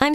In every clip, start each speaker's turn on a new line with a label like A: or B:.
A: I'm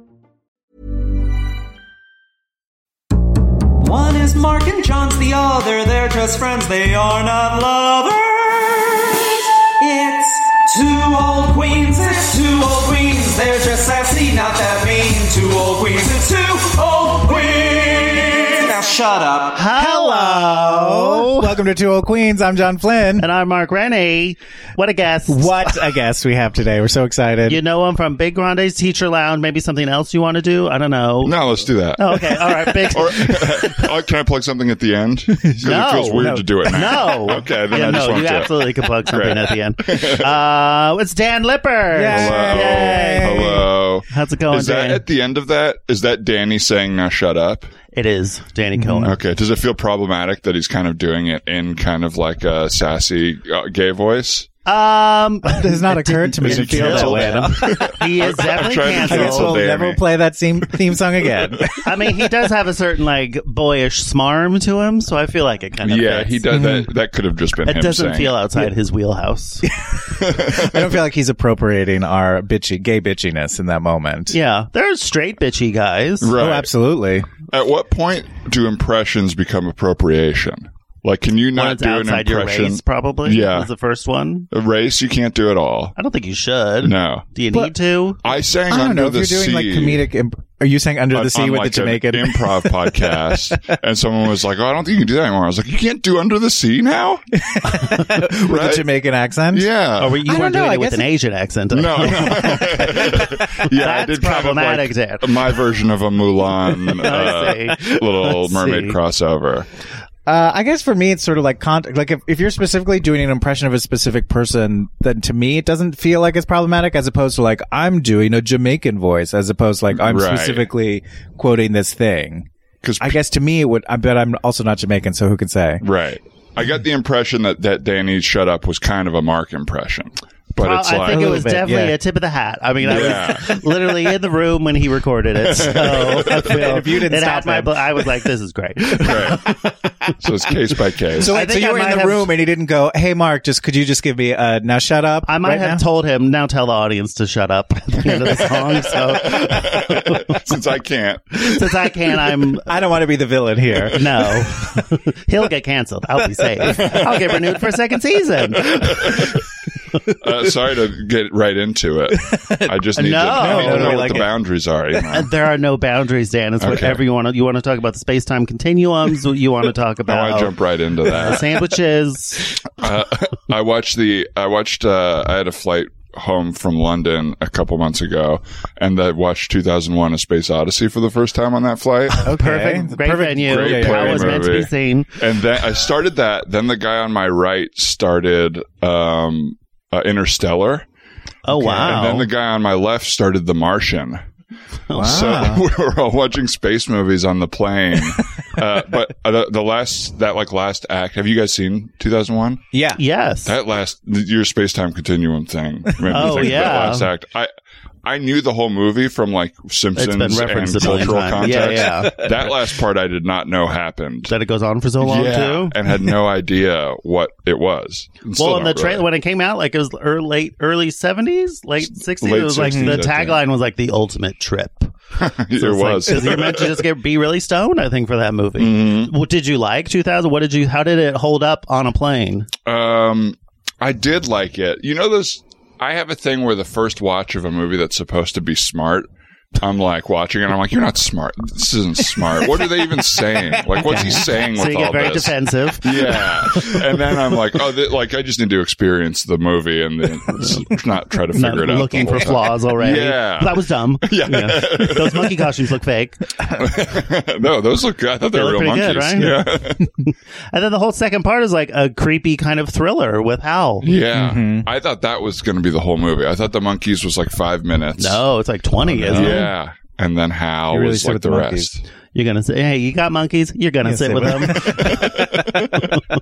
B: One is Mark and John's the other. They're just friends, they are not lovers. It's two old queens, it's two old queens. They're just sassy, not that mean. Two old queens, it's two old queens. Now shut up.
C: Hello. Welcome to Two Old Queens. I'm John Flynn.
D: And I'm Mark Rennie. What a guest.
C: What a guest we have today. We're so excited.
D: You know him from Big Grande's Teacher Lounge. Maybe something else you want to do? I don't know.
E: No, let's do that.
D: Oh, okay. All right. Big.
E: Or uh, can I plug something at the end? 'Cause
D: No.
E: it feels weird
D: No.
E: to do it. Now.
D: No.
E: Okay, then
D: Yeah,
E: I just
D: no,
E: want
D: you
E: to.
D: absolutely can plug something at the end. Uh, it's Dan Lipper.
C: Yay.
E: Hello.
C: Yay.
E: Hello.
D: How's it going,
E: Is that
D: Dan?
E: at the end of that? Is that Danny saying now shut up?
D: It is Danny
C: Mm-hmm.
D: Cohen.
E: Okay. Does it feel problematic that he's kind of doing it in kind of like a sassy uh, gay voice?
D: Um,
C: It has not occurred to me
E: Is
C: to
E: he
C: feel that
E: canceled?
C: way. Adam.
D: he is
E: I'm
D: definitely
E: trying to
C: I guess
D: canceled.
C: we'll
E: Danny.
C: never play that theme, theme song again.
D: I mean, he does have a certain like boyish smarm to him, so I feel like it kind of
E: Yeah,
D: fits.
E: he does. That that could have just been
D: It
E: him
D: doesn't
E: saying
D: feel outside his wheelhouse.
C: I don't feel like he's appropriating our bitchy, gay bitchiness in that moment.
D: yeah, they're straight bitchy guys.
E: Right.
C: Oh, absolutely.
E: At what point do impressions become appropriation? Like, can you
D: When
E: not
D: it's
E: do an
D: outside your
E: impression?
D: race, probably.
E: Yeah.
D: is the first one.
E: A race, you can't do it all.
D: I don't think you should.
E: No.
D: Do you
C: But-
D: need to?
E: I sang
C: I don't
E: under
C: know if
E: the
C: you're doing
E: sea.
C: like comedic. Imp- are you saying under
E: on-
C: the sea
E: on,
C: with the
E: like, an
C: Jamaican?
E: improv podcast, and someone was like, "Oh, I don't think you can do that anymore." I was like, "You can't do under the sea now."
C: with the Jamaican accent?
E: Yeah.
D: Or were you
C: I don't
D: weren't
C: know,
D: doing
C: I
D: it with
C: guess
D: an Asian accent?
E: no. no. yeah, I
D: That's
E: did kind of
D: problematic, Dan.
E: like my version of a Mulan
D: I
E: uh,
D: see.
E: little
D: Let's
E: mermaid
D: see.
E: crossover.
C: Uh, I guess for me, it's sort of like contact. Like if, if you're specifically doing an impression of a specific person, then to me, it doesn't feel like it's problematic as opposed to like I'm doing a Jamaican voice as opposed to like I'm
E: Right.
C: specifically quoting this thing.
E: 'Cause
C: I guess to me, it would, I bet I'm also not Jamaican. So who can say?
E: Right. I got the impression that that Danny's shut up was kind of a Mark impression, but
D: Well,
E: it's
D: I
E: like
D: think it
C: little
D: was
C: bit,
D: definitely
C: yeah.
D: a tip of the hat. I mean,
E: Yeah.
D: I was literally in the room when he recorded it. So I feel
C: If you didn't
D: it
C: stop
D: had my,
C: him.
D: bl- I was like, this is great.
E: so it's case by case.
C: So,
D: I
C: wait, so
D: think
C: you
D: I
C: were in
D: might
C: the
D: have-
C: room and he didn't go, Hey, Mark, just could you just give me uh now shut up?
D: I might
C: right
D: have
C: now?
D: told him now tell the audience to shut up at the end of the song. So
E: Since I can't,
D: since I can, I'm
C: I don't want to be the villain here.
D: no. He'll get canceled. I'll be safe. I'll get renewed for a second season.
E: uh, sorry to get right into it. I just need
D: No,
E: to I need
C: no,
E: to
C: no,
E: know
C: we
E: what
C: like
E: the
C: it.
E: boundaries are. You know?
D: And there are no boundaries, Dan. It's whatever you want to. You want to talk about the space time continuums. You want to talk
E: I
D: about
E: want to jump right into
D: uh,
E: that.
D: sandwiches.
E: uh, I watched the. I watched. Uh, I had a flight home from London a couple months ago, and I watched 2001: A Space Odyssey for the first time on that flight.
D: Oh,
C: Okay.
D: Perfect. Great venue.
E: great
D: I
E: play
D: was meant to
E: movie.
D: be seen.
E: and then I started that. Then the guy on my right started um, uh, Interstellar.
D: Oh wow!
E: And then the guy on my left started The Martian.
C: Wow.
E: So we were all watching space movies on the plane. uh, but uh, the, the last that like last act. Have you guys seen 2001?
C: yeah.
D: yes.
E: That last your space time continuum thing. made me
D: Oh,
E: think of
D: yeah.
E: That last act. I I knew the whole movie from like Simpsons and
D: referenced a million
E: cultural
D: times.
E: context.
D: Yeah,
C: yeah.
E: That last part I did not know happened.
D: that it goes on for so long too.
E: and had no idea what it was.
D: Well, in the trailer when it came out, like it was early, late early seventies, late sixties. It
E: late
D: was like
E: 60s,
D: the
E: I think.
D: tagline was like the ultimate trip.
E: it was.
D: because you're meant to just get be really stoned. I think for that movie.
E: Mm-hmm.
D: What did you like? Two thousand. What did you? How did it hold up on a plane?
E: Um, I did like it. You know those. I have a thing where the first watch of a movie that's supposed to be smart, I'm like watching it. and I'm like, you're not smart. This isn't smart. What are they even saying? Like, what's he saying
D: So
E: with
D: you get
E: all
D: very
E: this?
D: defensive.
E: Yeah, and then I'm like, oh, th- like I just need to experience the movie and then s- not try to figure
D: Not
E: it out. the
D: looking for
E: whole time.
D: flaws already.
E: Yeah.
D: That was dumb. Yeah. Those monkey costumes look fake.
E: no, those look. I thought they,
D: They
E: were
D: look
E: real
D: pretty
E: monkeys.
D: good, right?
E: Yeah.
D: And then the whole second part is like a creepy kind of thriller with Hal.
E: Yeah,
D: Mm-hmm.
E: I thought that was going to be the whole movie. I thought the monkeys was like five minutes.
D: No, it's like 20, isn't it?
E: Oh, yeah, and then Hal
C: You really
E: was
C: sit
E: like
C: with
E: the
C: the monkeys.
E: rest.
D: You're going to say, hey, you got monkeys. You're going to
C: Yeah,
D: sit
C: sit
D: with them.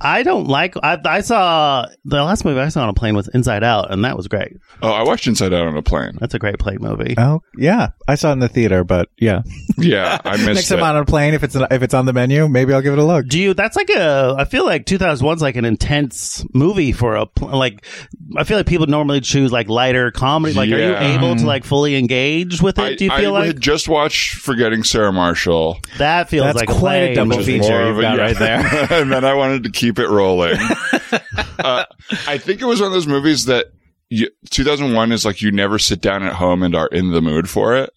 D: I don't like, I, I saw, the last movie I saw on a plane was Inside Out, and that was great.
E: Oh, I watched Inside Out on a plane.
D: That's a great plane movie.
C: Oh yeah, I saw it in the theater, but yeah.
E: Yeah, I
C: Next
E: missed it.
C: time on a plane, if it's if it's on the menu, maybe I'll give it a look.
D: Do you? That's like a. I feel like 2001's like an intense movie for a pl- like. I feel like people normally choose like lighter comedy. Like, are
E: Yeah.
D: you able to like fully engage with it?
E: I,
D: Do you feel
E: I
D: like
E: had just watched Forgetting Sarah Marshall.
D: that feels
C: That's
D: like
C: quite a
D: plane.
C: double
E: which is
C: feature
E: more
C: you've
E: of a-
C: got
E: yeah.
C: right there.
E: and then I wanted to keep it rolling. uh, I think it was one of those movies that you, 2001 is like you never sit down at home and are in the mood for it.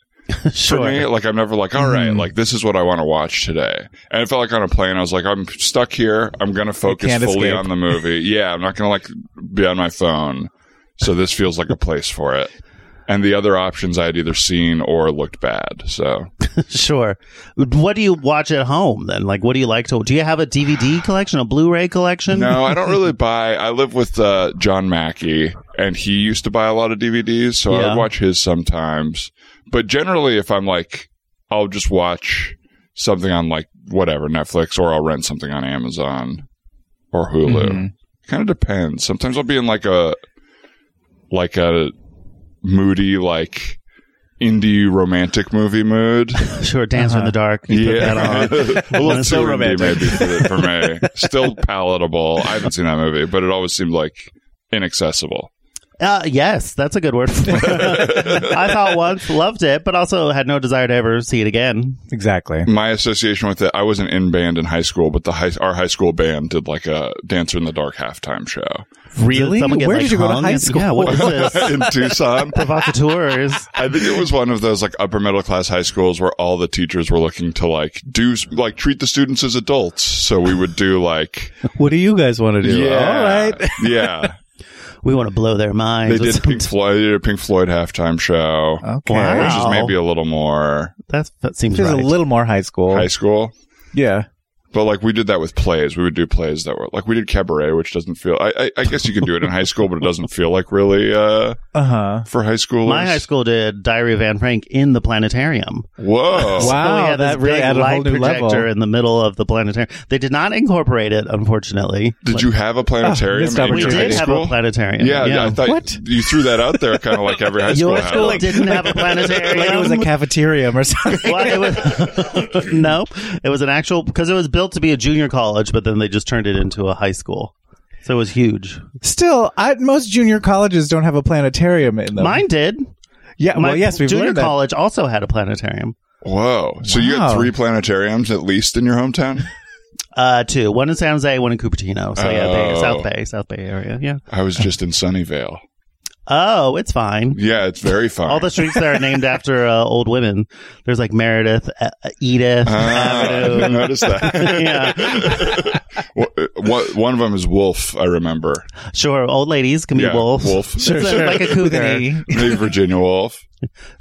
D: Sure.
E: for me. Like I'm never like, all
C: Mm.
E: right, like this is what I want to watch today. And it felt like on a plane, I was like, I'm stuck here. I'm gonna focus
C: can't
E: fully
C: escape.
E: on the movie. yeah, I'm not gonna like be on my phone. So this feels like a place for it. And the other options I had either seen or looked bad. So
D: Sure. What do you watch at home then? Like, what do you like to? Do you have a DVD collection, a Blu-ray collection?
E: no, I don't really buy. I live with uh, John Mackey, and he used to buy a lot of DVDs, so I
D: Yeah.
E: would watch his sometimes. But generally, if I'm like, I'll just watch something on like whatever Netflix, or I'll rent something on Amazon or Hulu.
D: Mm-hmm.
E: Kind of depends. Sometimes I'll be in like a like a moody like indie romantic movie mood.
D: Sure. Dancer
C: Uh-huh.
D: in the Dark. You put that on.
E: a little
D: And it's so
E: too romantic.
D: romantic.
E: maybe for, for me. Still palatable. I haven't seen that movie, but it always seemed like inaccessible.
D: Uh, yes, that's a good word. For it. I thought once, loved it, but also had no desire to ever see it again.
C: Exactly.
E: My association with it, I wasn't in band in high school, but the high, our high school band did like a Dancer in the Dark halftime show
C: Really?
D: Someone get,
C: Where
D: like,
C: did you go to
D: hung
C: high
D: and-
C: school?
D: Yeah, what was this?
E: in Tucson.
D: Provocateurs.
E: I think it was one of those like upper middle class high schools where all the teachers were looking to like do like treat the students as adults. So we would do like
C: What do you guys want to do?
E: yeah,
C: All right.
E: yeah.
D: We want to blow their
E: They
D: minds.
E: did Pink Floyd. They did a Pink Floyd halftime show,
C: Okay.
E: which is
D: Wow.
E: maybe a little more
D: That's, that seems
C: Just
D: right.
C: a little more high school.
E: high school.
C: yeah.
E: But like we did that with plays. We would do plays that were like we did cabaret, which doesn't feel. I, I, I guess you can do it in high school, but it doesn't feel like really uh,
C: Uh huh.
E: for high schoolers.
D: My high school did Diary of Anne Frank in the planetarium.
E: Whoa.
D: So we
C: Wow,
D: had this
C: that really
D: big
C: added a
D: light
C: whole new
D: projector
C: level.
D: in the middle of the planetarium. They did not incorporate it, unfortunately.
E: Did you have a planetarium?
C: missed
E: in
D: We
E: your
C: opportunity.
E: high
D: did have
E: school?
D: a planetarium.
E: Yeah, yeah, I thought
C: What?
E: you threw that out there, kind of like every high school.
D: Your
E: had
D: school
E: one.
D: didn't have a planetarium.
C: Like it was a cafeteria or something.
D: well, it was no, it was an actual because it was built to be a junior college, but then they just turned it into a high school. So it was huge.
C: Still, I, most junior colleges don't have a planetarium in them.
D: Mine did.
C: Yeah.
D: My
C: well, yes, we've
D: junior
C: learned that.
D: college also had a planetarium.
E: Whoa. So you had
C: Wow.
E: three planetariums at least in your hometown?
D: Uh, two. One in San Jose, one in Cupertino. So yeah, Bay,
E: Oh.
D: South Bay, South Bay area. Yeah.
E: I was just in Sunnyvale.
D: Oh, it's fine.
E: Yeah, it's very fun.
D: All the streets there are named after uh, old women. There's like Meredith, uh, uh, Edith
E: Ah,
D: Avenue.
E: I noticed that.
D: yeah,
E: what, one of them is Wolf, I remember.
D: sure. Old ladies can be
E: Yeah,
D: wolves.
E: wolf. Sure,
D: It's, uh,
C: sure.
D: Like a
C: With an
D: cougar.
C: E.
E: Maybe Virginia Wolf.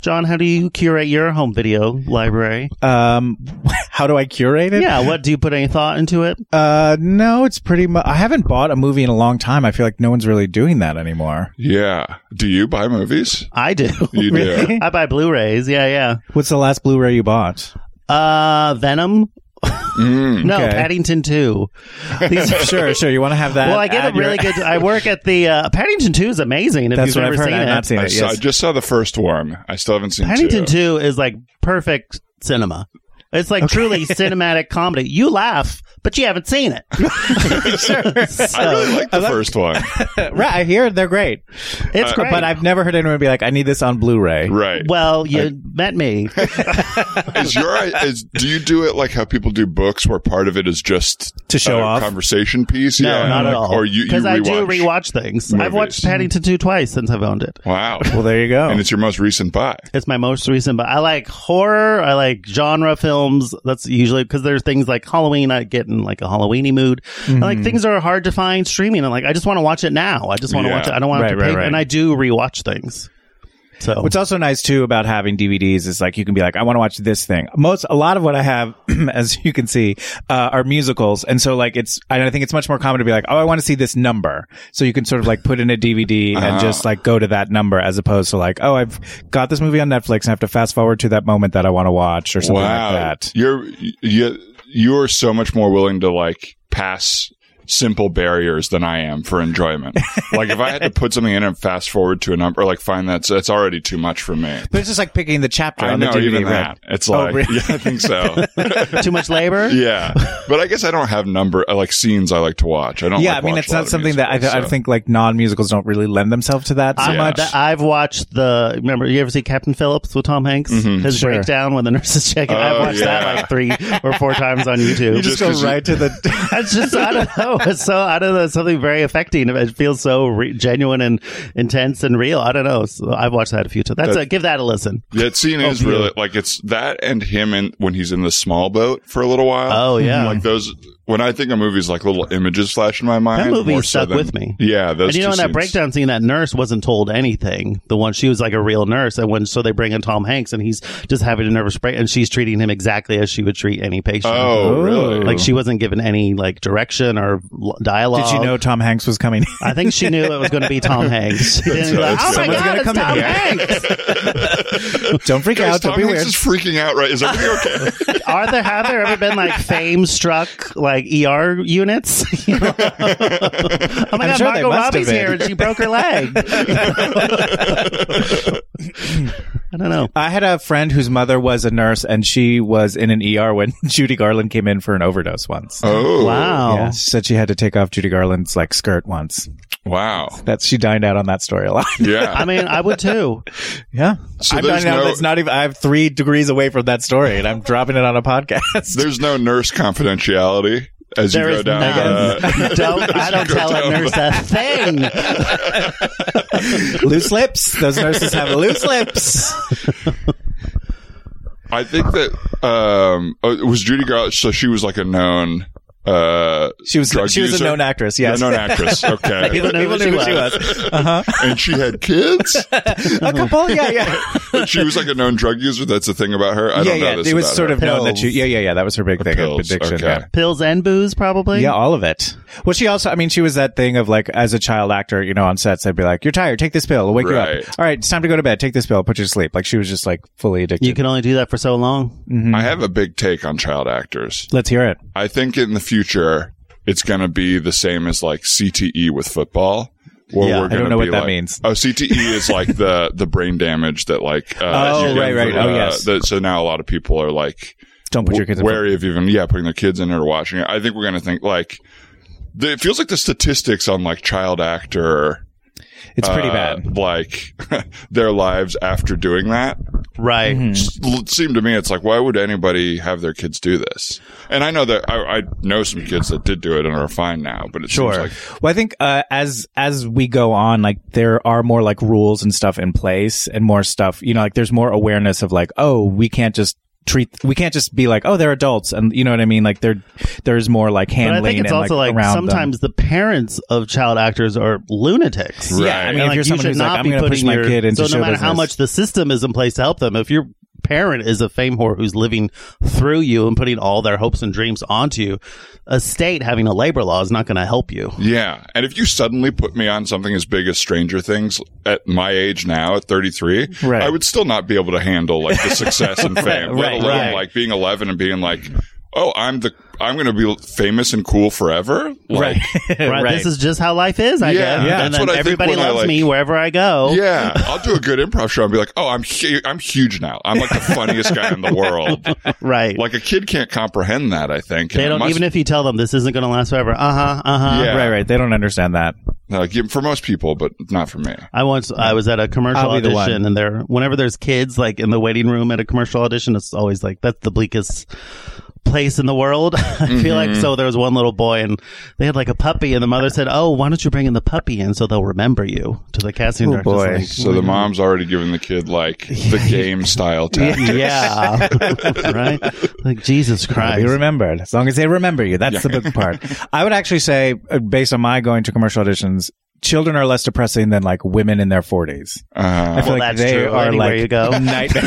D: John, how do you curate your home video library?
C: Um, how do I curate it?
D: Yeah, what do you put any thought into it?
C: Uh, no, it's pretty much. I haven't bought a movie in a long time. I feel like no one's really doing that anymore.
E: Yeah. Do you buy movies?
D: I do.
E: You do. Really?
D: I buy Blu-rays. Yeah, yeah.
C: What's the last Blu-ray you bought?
D: Uh, Venom.
E: Hmm.
D: No,
C: Okay.
D: Paddington Two. These-
C: sure, sure. You want to have that?
D: well, I get
C: at
D: a
C: your-
D: really good. I work at the uh, Paddington Two is amazing. If
C: That's
D: you've
C: what
D: ever
C: I've heard.
D: seen
C: I've
D: it,
C: not seen
E: I,
C: it.
E: saw, I
C: Yes.
E: just saw the first one. I still haven't seen
D: Paddington Two
E: two.
D: is like perfect cinema. It's like truly cinematic comedy. You laugh, but you haven't seen it. So,
E: I really like the first one.
C: Right, I hear they're great.
D: it's great.
C: But I've never heard anyone be like, "I need this on Blu-ray."
E: Right.
D: well, you met me.
E: is your is do you do it like how people do books where part of it is just
C: To show
E: a
C: off?
E: conversation piece?
D: No,
E: Yeah,
D: not at
E: like-
D: all.
E: Or you you
D: because I do
E: rewatch.
D: rewatch things. I've
E: movies.
D: watched Paddington Two twice since I've owned it.
E: Wow.
C: Well, there you go.
E: and it's your most recent buy.
D: It's my most recent, but I like horror. I like genre films. That's usually because there's things like Halloween. I get in like a Halloweeny mood. And,
E: Mm-hmm.
D: like things are hard to find streaming. And like I just want to watch it now. I just want to
E: Yeah.
D: watch it. I don't want
C: Right,
D: to
C: right,
D: pay.
C: right.
D: And I do rewatch things. So
C: What's also nice too about having DVDs is like you can be like, I want to watch this thing. Most, a lot of what I have, as you can see, uh, are musicals, and so like it's, and I think it's much more common to be like, oh, I want to see this number, so you can sort of like put in a DVD
E: Uh-huh.
C: and just like go to that number, as opposed to like, oh, I've got this movie on Netflix and I have to fast forward to that moment that I want to watch or something
E: wow.
C: like that.
E: You're you you're so much more willing to like pass simple barriers than I am for enjoyment. like if I had to put something in and fast forward to a number, like find that's that's already too much for me.
C: But it's just like picking the chapter
E: I
C: on
E: know
C: the DVD.
E: even
C: right?
E: that. It's
C: Oh,
E: like
C: really?
E: yeah, I think so.
D: too much labor?
E: yeah, but I guess I don't have number I like scenes I like to watch. I don't.
C: Yeah,
E: like,
C: I mean,
E: watch
C: it's
E: a lot
C: not
E: of
C: something that I,
E: musicals,
C: th- I
E: so.
C: think like non musicals don't really lend themselves to that so
D: I'm
C: much.
D: a- I've watched the. Remember, you ever see Captain Phillips with Tom Hanks? His
C: Sure.
D: breakdown when the nurse is checking. I've
E: Mm-hmm. Oh,
D: watched that
E: yeah.
D: like three or four times on YouTube.
C: you just,
E: just
C: go
E: 'cause you-
C: right to the.
D: It's just I don't know. It's so I don't know. It's something very affecting. It feels so re- genuine and intense and real. I don't know. So I've watched that a few times. That's
E: That-
D: a, give that a listen.
E: That scene is
D: Oh, yeah.
E: really like it's that and him in when he's in the small boat for a little while.
D: Oh, yeah.
E: like those. When I think of movies, like little images flash in my mind.
D: movie
E: more so
D: stuck
E: than-
D: with me.
E: Yeah, those.
D: and you know,
E: two
D: in that
E: scenes.
D: breakdown scene, that nurse wasn't told anything. The one she was like a real nurse, and when so they bring in Tom Hanks, and he's just having a nervous break, and she's treating him exactly as she would treat any patient.
E: Oh, really?
D: like she wasn't given any like direction or l- dialogue.
C: Did you know Tom Hanks was coming?
D: I think she knew it was going to be Tom Hanks. She didn't be like, oh my
C: Someone's
D: god,
C: gonna
D: it's
C: come
D: Tom
C: in here."
D: Hanks.
C: Don't freak
E: Guys,
C: out. Don't
E: Tom
C: be
E: Hanks
C: weird.
E: is freaking out. Right? Is everything okay?
D: Are there have there ever been like fame struck like ER units? You know? oh my god,
C: sure they must have
D: Margot Robbie's
C: been.
D: here and she broke her leg. I don't know.
C: I had a friend whose mother was a nurse, and she was in an ER when Judy Garland came in for an overdose once.
E: oh,
D: Wow.
C: Yeah, she said she had to take off Judy Garland's like skirt once.
E: wow.
C: That's she dined out on that story a lot.
E: Yeah.
D: I mean, I would too.
C: yeah,
E: So
C: I'm
E: there's
C: dining out.
E: no-
C: That's not even. I'm three degrees away from that story, and I'm dropping it on a podcast.
E: There's no nurse confidentiality as
D: There
E: you
D: is
E: go down.
D: none.
E: uh,
D: don't I don't tell a nurse a thing.
C: loose lips. Those nurses have loose lips.
E: I think that um, oh, it was Judy Garland. So she was like a known. Uh,
C: She was.
E: drug
C: she was
E: user?
C: a known actress.
E: Yeah,
C: Yes.
E: known actress. Okay,
C: People knew who she was. Uh-huh.
E: and she had kids.
C: A couple, yeah, yeah,
E: But she was like a known drug user. That's the thing about her. I
C: yeah,
E: don't know
C: yeah.
E: this
C: It was
E: about
C: sort
E: her.
C: of known that she,
D: Pills.
C: yeah, yeah, yeah. That was her big thing,
E: Pills,
C: addiction.
E: okay.
C: Yeah.
D: Pills and booze, probably.
C: Yeah, all of it. Well, she also, I mean, she was that thing of like, as a child actor, you know, on sets, they'd be like, you're tired, take this pill, it'll wake you
E: Right.
C: up. All right, it's time to go to bed, take this pill, put you to sleep. Like, she was just like fully addicted.
D: You can only do that for so long.
C: Mm-hmm.
E: I have a big take on child actors.
C: Let's hear it.
E: I think in the future it's going to be the same as like CTE with football. Where
D: Yeah, I
C: don't
E: gonna
C: know what
E: be
C: that
E: like-
C: means.
E: Oh, CTE is like the the brain damage that like. Uh,
C: Oh,
E: you get
C: right, right.
E: from,
C: Oh,
E: uh,
C: yes.
E: that- so now a lot of people are like
C: Don't put your kids in front-
E: wary of even yeah putting their kids in it or watching it. I think we're going to think like the, it feels like the statistics on like child actor.
C: It's pretty
E: uh,
C: bad.
E: Like their lives after doing that
D: Right.
C: Mm-hmm.
E: it seemed to me it's like why would anybody have their kids do this and i know that i, I know some kids that did do it and are fine now but it seems like
C: well, I think uh, as as we go on, like there are more like rules and stuff in place, and more stuff. You know, like there's more awareness of like, oh, we can't just treat, we can't just be like, oh, they're adults, and you know what I mean. Like there, there's more like
D: But
C: handling.
D: I think it's
C: and,
D: also like,
C: around them.
D: sometimes the parents of child actors are lunatics.
E: Right.
C: Yeah, I mean,
D: And,
C: if
D: like,
C: you're someone
D: should
C: who's
D: not
C: like, I'm
D: be
C: going to push
D: putting
C: my
D: your-
C: kid into
D: So no
C: show
D: matter how
C: business.
D: much the system is in place to help them, if your parent is a fame whore who's living through you and putting all their hopes and dreams onto you, a state having a labor law is not going to help you.
E: yeah and if you suddenly put me on something as big as stranger things at my age now at 33
C: Right.
E: i would still not be able to handle like the success and fame
C: Right,
E: let alone
C: right.
E: like being 11 and being like oh, I'm the I'm going to be famous and cool forever. Like,
C: Right.
D: Right,
C: right.
D: This is just how life is, I
E: Yeah,
D: guess.
E: yeah.
D: And
E: That's
D: then
E: what I think
D: everybody
E: when I,
D: loves
E: like-
D: me wherever I go.
E: Yeah, I'll do a good improv show and be like, "Oh, I'm hu- I'm huge now. I'm like the funniest guy in the world."
D: Right.
E: Like a kid can't comprehend that. I think
D: they
E: And it
D: don't
E: must-
D: even if you tell them this isn't going to last forever. Uh huh. Uh huh.
E: Yeah.
C: right, right. They don't understand that.
E: Like, yeah, for most people, but not for me.
D: I once I was at a commercial
C: I'll be the one.
D: audition, and there whenever there's kids like in the waiting room at a commercial audition, it's always like that's the bleakest place in the world. I feel like
C: Mm-hmm.
D: so. There was one little boy, and they had like a puppy, and the mother said, "Oh, why don't you bring in the puppy in so they'll remember you?" To the casting
C: Oh,
D: director,
C: boy.
D: It's
E: So the mom's already giving the kid like the game style
D: like,
E: tactic.
D: yeah, right. Like Jesus
C: Right.
D: Christ.
C: Be remembered. As long as they remember you, that's the big part. I would actually say, uh, based on my going to commercial auditions, children are less depressing than like women in their 40s. I
E: Uh,
C: feel
D: Well,
C: like
D: that's
C: they
D: true.
C: are
D: Anywhere
C: like
D: you go.
C: nightmare.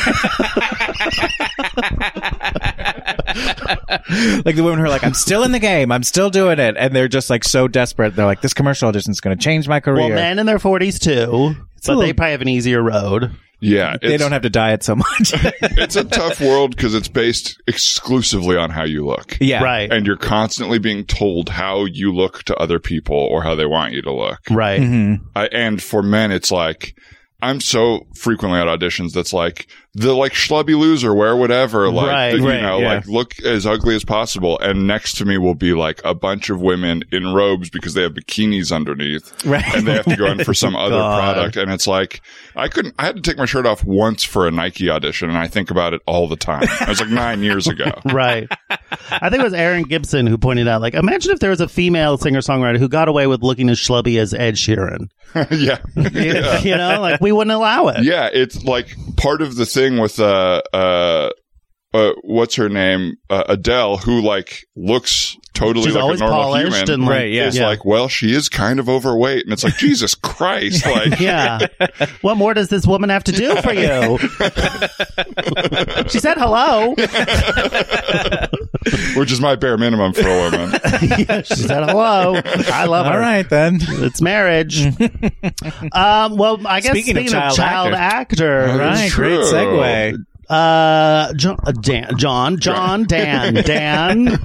C: like the women who are like, I'm still in the game, I'm still doing it, and they're just like so desperate. They're like, this commercial audition is going to change my career.
D: well, men in their forties too, but
C: little-
D: they probably have an easier road.
E: yeah,
C: they don't have to diet so much.
E: it's a tough world because it's based exclusively on how you look.
C: yeah,
D: Right.
E: And you're constantly being told how you look to other people or how they want you to look.
D: Right.
E: I, and for men, it's like, I'm so frequently at auditions that's like the like schlubby loser, wear whatever, like
D: Right,
E: you
C: right,
E: know,
C: yeah.
E: like look as ugly as possible. And next to me will be like a bunch of women in robes because they have bikinis underneath,
C: Right.
E: and they have to go in for some other product. And it's like I couldn't. I had to take my shirt off once for a Nike audition, and I think about it all the time. It was like nine years ago.
D: Right. I think it was Aaron Gibson who pointed out, like, imagine if there was a female singer songwriter who got away with looking as schlubby as Ed Sheeran.
E: yeah.
D: You know, like, we wouldn't allow it.
E: Yeah, it's like part of the thing with uh uh, uh what's her name uh, Adele, who like looks totally
D: She's
E: like a
D: always
E: normal
D: polished
E: human.
D: and like,
C: Right, yeah.
E: It's
D: yeah.
E: like, well, she is kind of overweight, and it's like Jesus Christ, like
D: yeah. What more does this woman have to do for you? she said hello.
E: which is my bare minimum for a woman.
D: Yeah, she said hello. I love
C: All
D: her.
C: right then.
D: It's marriage. um, well, I guess
C: Speaking
D: speaking,
C: of
D: of
C: child
D: child actor,
E: That is
D: right?
C: Right, great
E: true.
C: segue.
D: Uh, John, uh, Dan, John, John, Dan, Dan.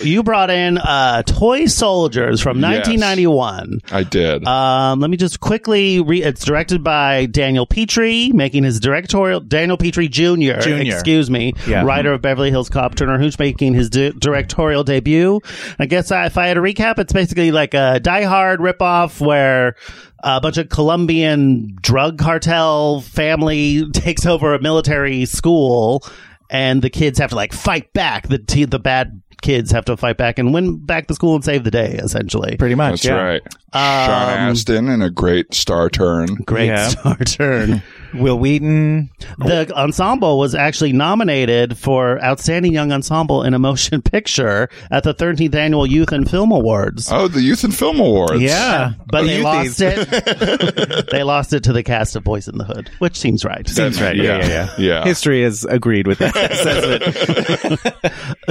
D: you brought in uh, toy soldiers from
E: Yes.
D: 1991.
E: I did.
D: Um, let me just quickly re It's directed by Daniel Petrie, making his directorial Daniel Petrie Jr.
C: Junior.
D: Excuse me,
C: Yeah.
D: writer of Beverly Hills Cop, Turner Hooch, making his di- directorial debut. I guess I, if I had to recap, it's basically like a Die Hard ripoff where a bunch of Colombian drug cartel family takes over a military school, and the kids have to like fight back. The t- the bad kids have to fight back and win back the school and save the day, essentially.
C: Pretty much.
E: That's
C: yeah.
E: right. Sean Astin in a great star turn.
D: Great
C: Yeah.
D: star turn.
C: Will Wheaton.
D: The ensemble was actually nominated for Outstanding Young Ensemble in a Motion Picture at the 13th Annual Youth and Film Awards.
E: Oh, the Youth and Film Awards. Oh,
C: Yeah.
D: But
C: The
D: they
C: Youthies.
D: lost it. they lost it to the cast of Boys in the Hood, which seems right.
C: That's right. Yeah, yeah, yeah.
E: Yeah.
C: History has agreed with that assessment.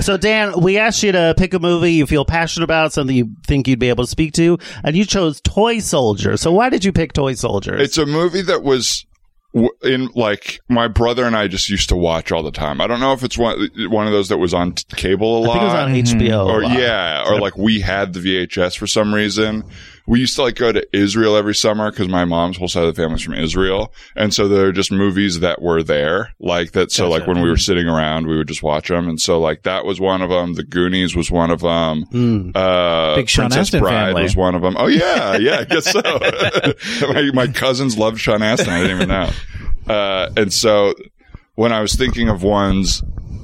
D: So, Dan, we asked you to pick a movie you feel passionate about, something you think you'd be able to speak to, and you chose Toy Soldier. So, why did you pick Toy Soldiers?
E: It's a movie that was w- in like my brother and I just used to watch all the time. I don't know if it's one one of those that was on t- cable
D: I
E: a lot. Mm-hmm.
D: think it was on HBO.
E: or
D: a lot.
E: yeah, or like we had the VHS for some reason. We used to like go to Israel every summer because my mom's whole side of the family's from Israel, and so there are just movies that were there, like that. So like when we
D: Mm-hmm.
E: were sitting around, we would just watch them, and so like that was one of them. The Goonies was one of them.
D: Hmm.
E: Uh,
C: Big Sean
E: Princess
C: Astin
E: Bride
C: family.
E: was one of them. Oh yeah, yeah, I guess so. my, my cousins loved Sean Astin. I didn't even know. Uh, and so when I was thinking of ones,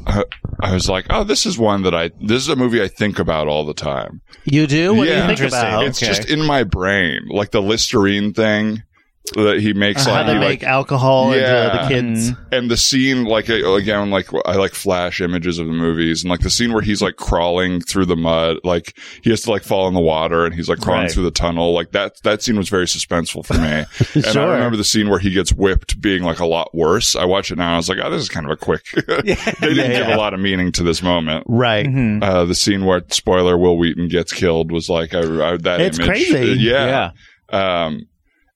E: uh, I was like, oh, this is one that I, this is a movie I think about all the time.
D: You do? Oh, What
E: Yeah.
D: do you think about?
E: It's just in my brain, like the Listerine thing that he makes,
D: Uh-huh. How
E: like,
D: to
E: he,
D: make
E: like
D: alcohol
E: Yeah. Mm-hmm.
D: into the kids.
E: and the scene, like uh, again, like I like flash images of the movies, and like the scene where he's like crawling through the mud, like he has to like fall in the water, and he's like crawling
C: Right.
E: through the tunnel, like that. That scene was very suspenseful for me, and I
D: Sure.
E: remember the scene where he gets whipped being like a lot worse. I watch it now, and I was like, oh, this is kind of a quick. they didn't give a lot of meaning to this moment.
D: Right.
E: Uh, the scene where spoiler Will Wheaton gets killed was like I, I, that
D: It's
E: image.
D: crazy.
E: yeah. Um,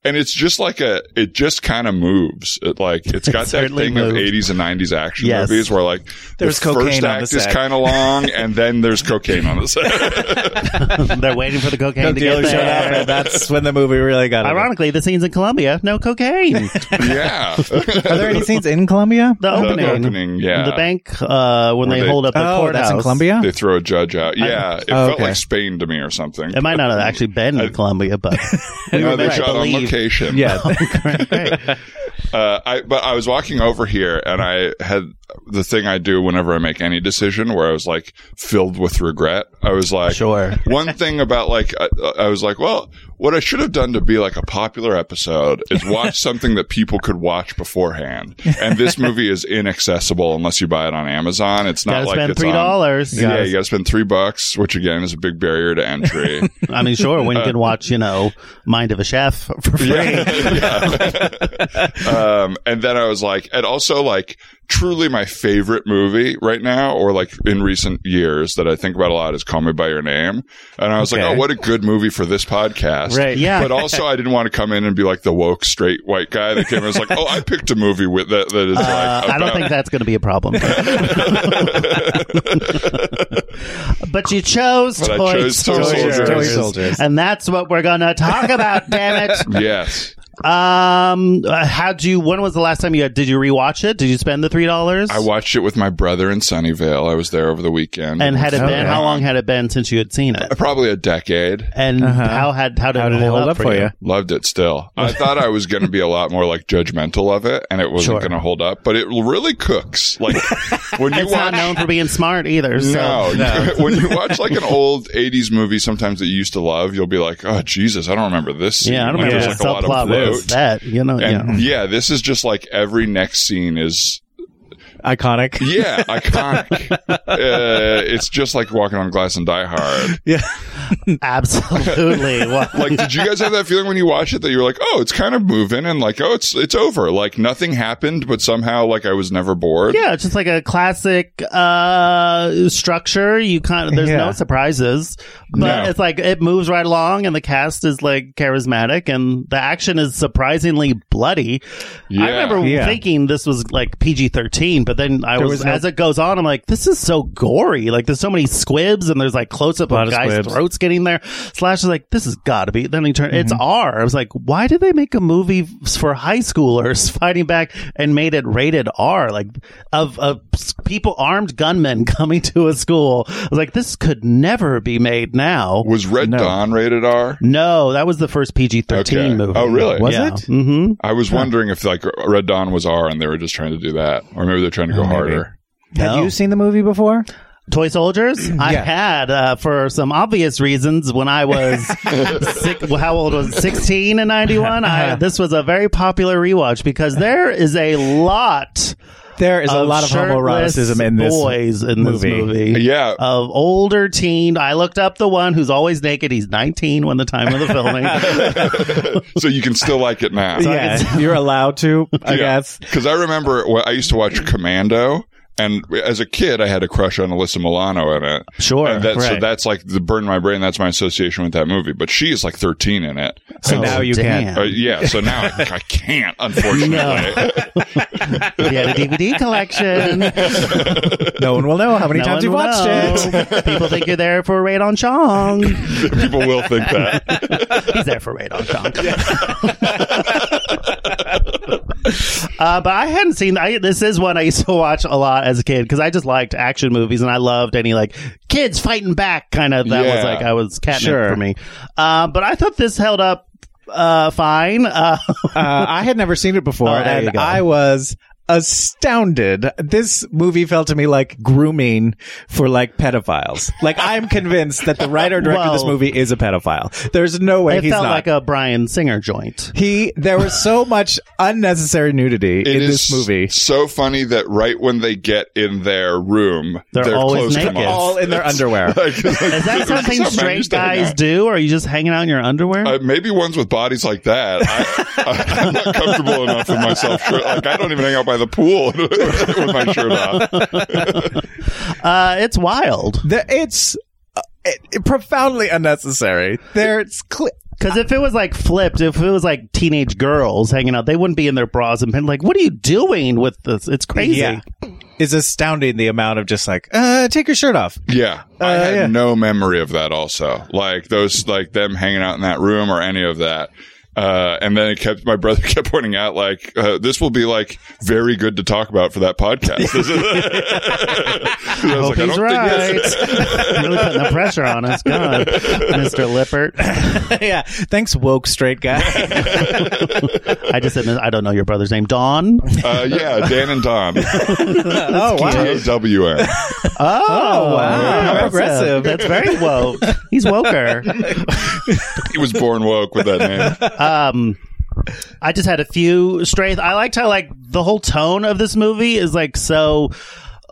E: and it's just like a it just kind of moves it like it's got that
D: certainly
E: thing of
D: moved.
E: 80s and 90s action
D: Yes.
E: movies where like
C: There's
E: the
C: cocaine
E: first
C: on the
E: act is
C: set.
E: kind of long and then there's cocaine on the set
D: They're waiting for the cocaine
C: No
D: to get
C: dealer showed
D: there.
C: up, and that's when the movie really got. it.
D: Ironically, the scene's in Colombia. No cocaine.
E: yeah
C: are there any scenes in Colombia?
D: The
E: The
D: opening.
E: opening, yeah.
D: The bank uh, when
E: Where
D: they,
E: they-
D: hold up the
C: oh,
D: courthouse.
C: that's in Colombia.
E: they throw a judge out yeah it
C: oh,
E: felt
C: okay.
E: like spain to me or something
D: It might not have actually been in Colombia, but we
E: no,
D: were
E: they
D: meant to
E: shot on
D: believe. Oh,
E: location
C: yeah,
E: Uh, I but I was walking over here and I had the thing I do whenever I make any decision where I was like filled with regret. I was like,
D: Sure.
E: One thing about like I, I was like, well, what I should have done to be like a popular episode is watch something that people could watch beforehand. And this movie is inaccessible unless you buy it on Amazon. It's not
D: Gotta
E: like
D: spend
E: it's
D: three
E: on-
D: dollars.
E: Yeah, you got to spend three bucks, which again is a big barrier to entry.
D: I mean, sure, when you can watch, you know, Mind of a Chef for free.
E: um, and then I was like, and also like truly my favorite movie right now, or like in recent years that I think about a lot is Call Me by Your Name. And I was like,
C: Okay.
E: oh, what a good movie for this podcast.
D: Right, yeah.
E: But also, I didn't want to come in and be like the woke straight white guy that came and was like, oh, I picked a movie with that. That is
D: Uh,
E: like
D: I don't
E: about-
D: think that's going to be a problem. but you chose
E: But I
D: Toy
E: chose Toy
D: Soldiers.
E: Soldiers. Toy
C: Soldiers.
D: And that's what we're going to talk about, damn it.
E: Yes.
D: Um, uh, how do you, when was the last time you, did you rewatch it? Did you spend the $3?
E: I watched it with my brother in Sunnyvale. I was there over the weekend.
D: and had it
C: Okay.
D: been, how long had it been since you had seen it?
E: Probably a decade.
D: And how had, Uh-huh. how did,
C: How
D: it, hold up, for you?
E: Loved it still. I thought I was going to be a lot more like judgmental of it and it wasn't
D: Sure.
E: going to hold up, but it really cooks. Like when you
D: It's
E: watch
D: not known for being smart either. So.
E: no, when you watch like an old 80s movie sometimes that you used to love, you'll be like, "Oh Jesus, I don't remember this." Scene.
D: Yeah, I don't
E: Like,
D: remember
E: there's,
D: the subplot was that. You know,
E: And
D: yeah.
E: yeah, this is just like every next scene is
C: iconic.
E: yeah, iconic. uh, it's just like walking on glass and Die Hard.
D: absolutely. Well,
E: like did you guys have that feeling when you watch it that you were like oh it's kind of moving and like oh it's it's over like nothing happened but somehow like i was never bored
D: yeah, it's just like a classic uh, structure. You kind of there's
C: Yeah.
D: no surprises, but
E: No.
D: it's like it moves right along, and the cast is like charismatic, and the action is surprisingly bloody.
E: Yeah.
D: I remember
C: Yeah.
D: thinking this was like PG thirteen, but then I
C: There
D: was,
C: was no-
D: as it goes on, I'm like, this is so gory. Like there's so many squibs, and there's like close up
C: Lot
D: of
C: of
D: guys'
C: squibs.
D: throats getting there. Slash is like, this has got to be. Then he turned, it's
C: Mm-hmm.
D: R. I was like, why did they make a movie f- for high schoolers fighting back and made it rated R? Like of of s- people armed gunmen coming to a school. I was like, this could never be made now.
E: was red dawn rated r
D: No, that was the first PG thirteen
E: Okay.
D: movie.
E: Oh, really? Was
D: yeah.
C: it?
D: Mm-hmm.
E: i was wondering if like red dawn was r and they were just trying to do that or maybe they're trying to go harder
D: No.
C: Have you seen the movie before?
D: Toy Soldiers? I
C: Yeah.
D: had uh, for some obvious reasons when I was six, well, how old was it? 16 in 91.
C: Uh-huh.
D: I, this was a very popular rewatch because there is a lot
C: There is a lot of
D: shirtless
C: homoeroticism in this
D: boys in
C: movie.
D: this movie.
E: Yeah.
D: Of older teen. I looked up the one who's always naked. He's 19 when the time of the filming.
E: so you can still like it now
C: Yeah, you're allowed to, I guess.
E: because i remember when i used to watch commando and as a kid, I had a crush on Alyssa Milano in it.
D: Sure,
E: and that, so
D: right.
E: that's like the burn my brain. That's my association with that movie. But she is like thirteen in it,
C: So
D: Oh,
C: now you
D: damn.
C: can.
E: Uh, yeah, so now I, I can't, unfortunately.
D: he had a DVD collection.
C: No one will know how many
D: No
C: times
D: one
C: you've
D: will
C: watched it.
D: know. People think you're there for Raid on Chong.
E: People will think that.
D: He's there for radon Chong. uh, but I hadn't seen. I, this is one I used to watch a lot as a kid because I just liked action movies and I loved any like kids fighting back kind of. That was
E: Yeah.
D: like I was catnip
C: Sure.
D: for me. Uh, but I thought this held up uh, fine. Uh,
C: uh, I had never seen it before,
D: Oh, there you
C: and
D: go.
C: I was astounded. This movie felt to me like grooming for like pedophiles. Like I'm convinced that the writer director of this
D: Well-
C: movie is a pedophile. There's no way
D: it
C: he's
D: felt
C: not.
D: like a Brian Singer joint.
C: he there was so much unnecessary nudity
E: It
C: in
E: is
C: this movie.
E: so funny that right when they get in their room,
D: They're
E: their
D: always
E: clothes come
D: naked.
E: off.
C: All in their underwear.
E: Like, like,
D: Is that something
E: somehow you
D: straight
E: stay
D: guys
E: out.
D: do, or are you just hanging out in your underwear?
E: Uh, maybe ones with bodies like that. I, I, am not comfortable enough with myself. Like I don't even hang out by the pool with my shirt off.
D: Uh, it's wild.
C: The, it's uh, it, it profoundly unnecessary. There's cle-
D: Because if it was like flipped, if it was like teenage girls hanging out, they wouldn't be in their bras and pin. Like, what are you doing with this? It's crazy.
C: Yeah. It's astounding the amount of just like, uh, take your shirt off.
E: Yeah. I
C: Uh,
E: had
C: yeah.
E: no memory of that also. Like those like them hanging out in that room or any of that. Uh, and then it kept my brother kept pointing out like uh, this will be like very good to talk about for that podcast. I
D: I hope
E: was like, I
D: he's
E: don't think
D: right.
E: this-
D: really putting the pressure on us, God, Mister Lippert.
C: yeah. Thanks, woke straight guy.
D: I just said I don't know your brother's name, Don.
E: uh, yeah, Dan and Tom.
C: oh, wow.
E: DWN.
D: Oh,
C: wow.
D: That's, uh,
C: Progressive.
D: That's very woke. He's woker.
E: He was born woke with that name.
D: um i just had a few strays i liked how like the whole tone of this movie is like so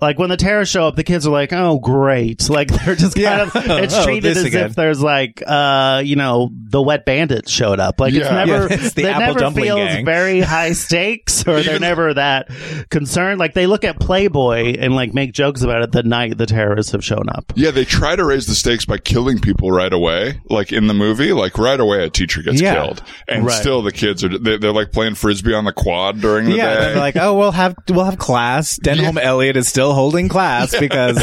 D: like when the terrorists show up the kids are like oh great like they're just kind
C: Yeah.
D: of it's
C: Oh,
D: treated
C: this
D: as
C: again.
D: if there's like uh you know the wet bandits showed up like it's
E: Yeah.
C: Yeah,
D: never
C: it's the
D: it
C: apple
D: never
C: dumpling
D: feels
C: gang.
D: very high stakes or they're never that concerned like they look at playboy and like make jokes about it the night the terrorists have shown up
E: Yeah, they try to raise the stakes by killing people right away. Like in the movie, like right away a teacher gets
C: Yeah.
E: killed. And
D: Right.
E: still the kids are, they, they're like playing frisbee on the quad during the
C: Yeah,
E: day.
C: they're like, oh, we'll have we'll have class. Denholm Elliott is still holding class because,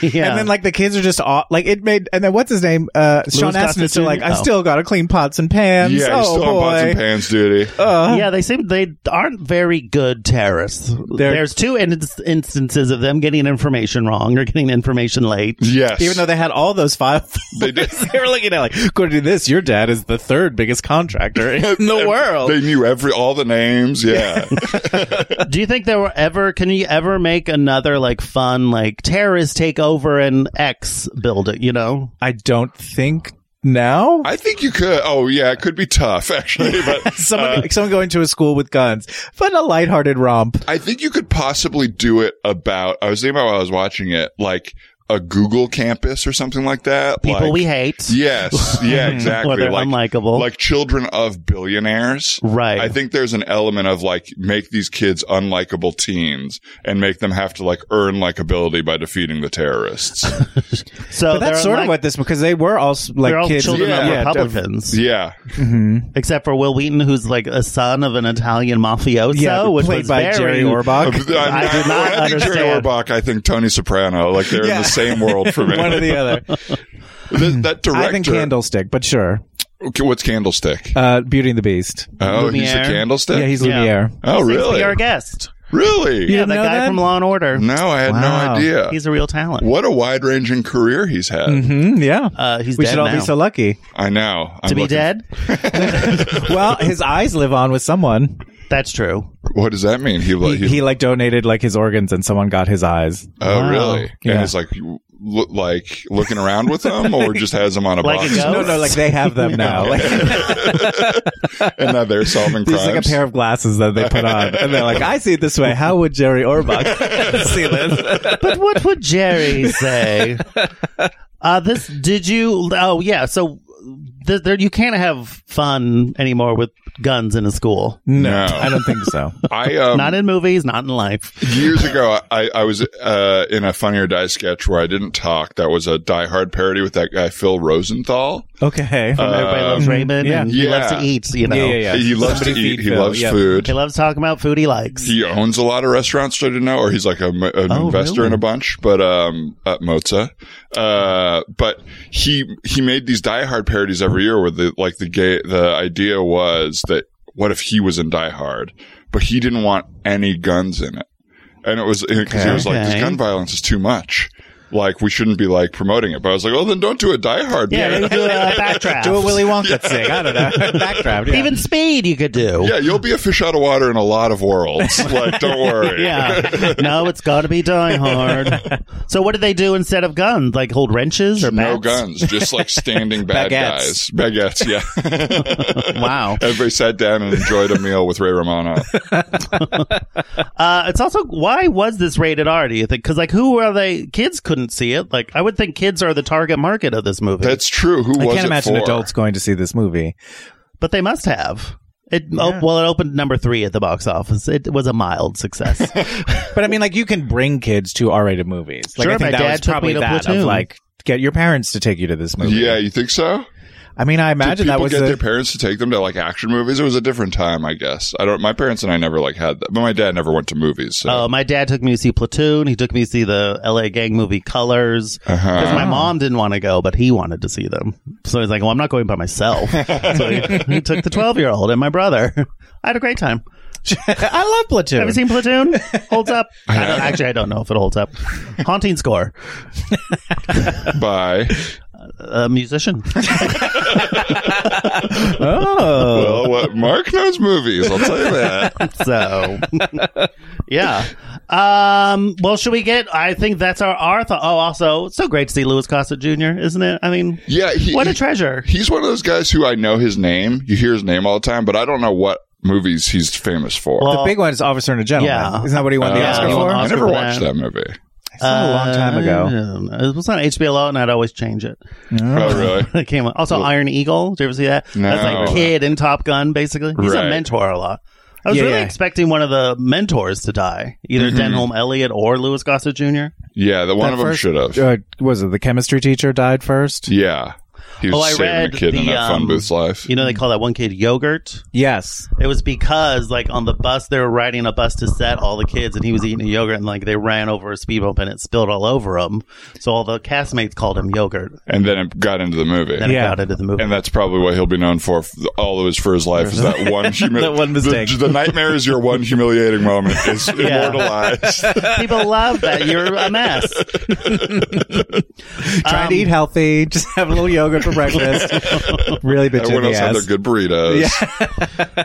D: yeah
C: and then like the kids are just aw- like it made. And then what's his name? Uh, Sean Astin is still
D: Gossett
C: like,
D: Jr.?
C: I
D: Oh.
C: still got to clean pots and pans.
E: yeah,
C: oh
E: he's still
C: boy.
E: on pots and pans duty.
C: Uh-huh.
D: yeah, they seem they aren't very good terrorists.
C: They're-
D: There's two in- instances of them getting information wrong or getting information late.
E: yes.
C: Even though they had all those files,
E: They did.
C: they were looking at like, according to this, your dad is the third biggest contractor in the world.
E: They knew every, all the names. Yeah.
D: Do you think there were ever? Can you ever make another like fun like terrorist take over an X building? You know,
C: I don't think now.
E: I think you could. Oh, yeah. It could be tough, actually. But uh,
C: someone, someone going to a school with guns, but a lighthearted romp.
E: I think you could possibly do it about, I was thinking about while I was watching it, like a Google campus or something like that.
D: people
E: like,
D: we hate.
E: Yes. Yeah, exactly.
D: Or they're unlikable.
E: Like children of billionaires.
D: Right.
E: I think there's an element of like make these kids unlikable teens and make them have to like earn likability by defeating the terrorists.
D: so
C: But that's
D: Oh,
C: sort
D: they're
C: of
D: unlike-
C: what this because they were all s- like
D: they're all
C: kids.
D: children
E: Yeah.
D: of
E: Yeah,
C: def-
D: Republicans,
E: yeah.
D: except for Will Wheaton, who's like a son of an Italian mafioso,
C: yeah,
D: which
C: played
D: was
C: by
D: very-
C: Jerry
E: I,
C: Orbach.
D: did not
E: I think Jerry
D: understand.
E: Orbach, I think Tony Soprano. Like they're in
C: Yeah.
E: the same world for me.
C: One or the other.
E: Th- that director.
C: I think Candlestick, but sure.
E: Okay, what's Candlestick?
C: Uh, Beauty and the Beast.
E: oh, he's the
D: Lumiere.
E: Candlestick?
C: Yeah, he's
D: Yeah.
C: Lumiere.
E: oh,
D: Thanks for
E: really?
D: Your guest,
E: Really?
D: yeah,
C: didn't
D: that
C: know
D: guy
C: that?
D: from Law and Order.
E: No, I had
C: Wow.
E: no idea.
D: He's a real talent.
E: what a wide ranging career he's had.
C: Mm, yeah.
D: Uh, he's
C: we
D: dead
C: should all
D: now.
C: be so lucky.
E: I know. I'm
D: to be
E: looking-
D: dead.
C: well, his eyes live on with someone.
D: That's true.
E: What does that mean? He,
C: He, he like donated like his organs, and someone got his eyes.
E: Oh,
D: Wow.
E: really? And
C: Yeah.
E: it's like, look, like looking around with them, or just has them on a
D: Like a
E: box,
D: ghost?
C: No, no, like they have them now. Like,
E: and now they're solving
C: there's
E: crimes.
C: like a pair of glasses that they put on, and they're like, "I see it this way. How would Jerry Orbach see this?"
D: But what would Jerry say? uh, this did you? Oh yeah. So th- there, you can't have fun anymore with guns in a school.
E: No.
C: I don't think so.
E: I um,
D: not in movies. Not in life.
E: years ago, I, I was uh, in a Funny or Die sketch where I didn't talk. That was a Die Hard parody with that guy Phil Rosenthal.
C: Okay.
D: Everybody
E: Um,
D: loves Raymond.
C: Um, yeah.
D: and he
E: Yeah.
D: loves to eat. You know.
C: Yeah, yeah, yeah.
E: He loves
C: Somebody
E: to eat.
C: feed
E: He
C: Phil,
E: loves
C: yeah.
E: food.
D: He loves talking about food he likes.
E: He owns a lot of restaurants, so I didn't know, or he's like a, an
D: Oh,
E: investor
D: really?
E: in a bunch, but um, at Moza. Uh, but he he made these Die Hard parodies every year, where the like the gay the idea was that what if he was in Die Hard, but he didn't want any guns in it, and it was because he was like
D: Okay.
E: this gun violence is too much. Like we shouldn't be like promoting it, but I was like, oh, then don't do a Die Hard.
D: yeah,
E: parody.
D: maybe do a backdraft.
C: Do a Willy Wonka thing. I don't know. Backdraft. Yeah.
D: Even speed, you could do.
E: yeah, you'll be a fish out of water in a lot of worlds. like, don't worry.
D: Yeah. no, it's got to be Die Hard. so, what did they do instead of guns? Like hold wrenches or
E: No
D: bats?
E: guns, just like standing bad
C: Baguettes.
E: guys. Baguettes, yeah.
D: Wow.
E: Everybody sat down and enjoyed a meal with Ray Romano.
D: Uh, it's also why was this rated R? Do you think? Because like, who are they? Kids couldn't see it. Like, I would think kids are the target market of this movie,
E: That's true. Who
C: I
E: was
C: can't
E: it
C: imagine
E: for?
C: adults going to see this movie.
D: but they must have. It oh, well, it opened number three at the box office. It was a mild success.
C: But I mean, like, you can bring kids to R-rated movies. Like,
D: Sure,
C: I think
D: my
C: that
D: dad
C: was
D: took me
C: probably
D: to
C: that
D: Platoon.
C: of like get your parents to take you to this movie.
E: Yeah, you think so?
C: I mean, I
E: Did
C: imagine
E: people
C: that was
E: get
C: the,
E: their parents to take them to like action movies. It was a different time, I guess. I don't. My parents and I never like had that, but my dad never went to movies. So.
C: Um.
D: Oh, my dad took me to see Platoon. He took me to see the LA gang movie Colors because my mom didn't want to go, but he wanted to see them. So he's like, "Well, I'm not going by myself." so he, he took the 12 year old and my brother. I had a great time.
C: I love Platoon.
D: Have you seen Platoon? Holds up. I don't, actually, I don't know if it holds up. Haunting score.
E: Bye.
D: A musician. Oh,
E: Well, what Mark knows movies. I'll tell you that.
D: So, yeah. Um, well, should we get? I think that's our our thought. Oh, also, it's so great to see Louis Costa Jr., isn't it? I mean,
E: Yeah, he-
D: what a
E: he-
D: treasure.
E: He's one of those guys who I know his name. You hear his name all the time, but I don't know what movies he's famous for. Um,
C: the big one is Officer and a Gentleman.
D: Yeah.
C: Isn't that what he won the
E: Uh,
D: Yeah, Uh,
C: Oscar
D: he won
C: for?
D: the
E: I
D: Oscar
E: never
D: for
E: watched that,
D: that.
E: movie.
C: It's not a long time
D: I
C: ago.
D: don't know. Uh, It was on HBO, and I'd always change it.
E: Oh, really?
D: It came out. Also, Iron Eagle. Did you ever see that?
E: No.
D: That's like Kid in Top Gun, basically. He's
E: Right.
D: a mentor a lot. I was
C: Yeah, Mm-hmm.
D: really
C: yeah.
D: expecting one of the mentors to die, either Denholm Elliott or Louis Gossett Jr.
E: Yeah, the one
C: That
E: of them
C: first-
E: should have.
C: Uh, was it the chemistry teacher died first?
E: yeah, he was
D: Oh, I
E: saving
D: read
E: a kid in
D: the,
E: that fun
D: um,
E: booth's life.
D: You know, they call that one kid yogurt.
C: Yes.
D: It was because like on the bus they were riding a bus to set all the kids and he was eating a yogurt and like they ran over a speed bump and it spilled all over him. So all the castmates called him yogurt.
E: and then it got into the movie.
D: And
C: Yeah.
D: it got into the movie.
E: and that's probably what he'll be known for f- all of his for his life is that one humi-
C: That one
E: the-
C: mistake.
E: The, nightmare is your one humiliating moment is immortalized.
D: People love that you're a mess. Um,
C: Trying to eat healthy, just have a little yogurt for breakfast. really bitch in
E: Everyone
C: the
E: else had their
C: ass.
E: good burritos.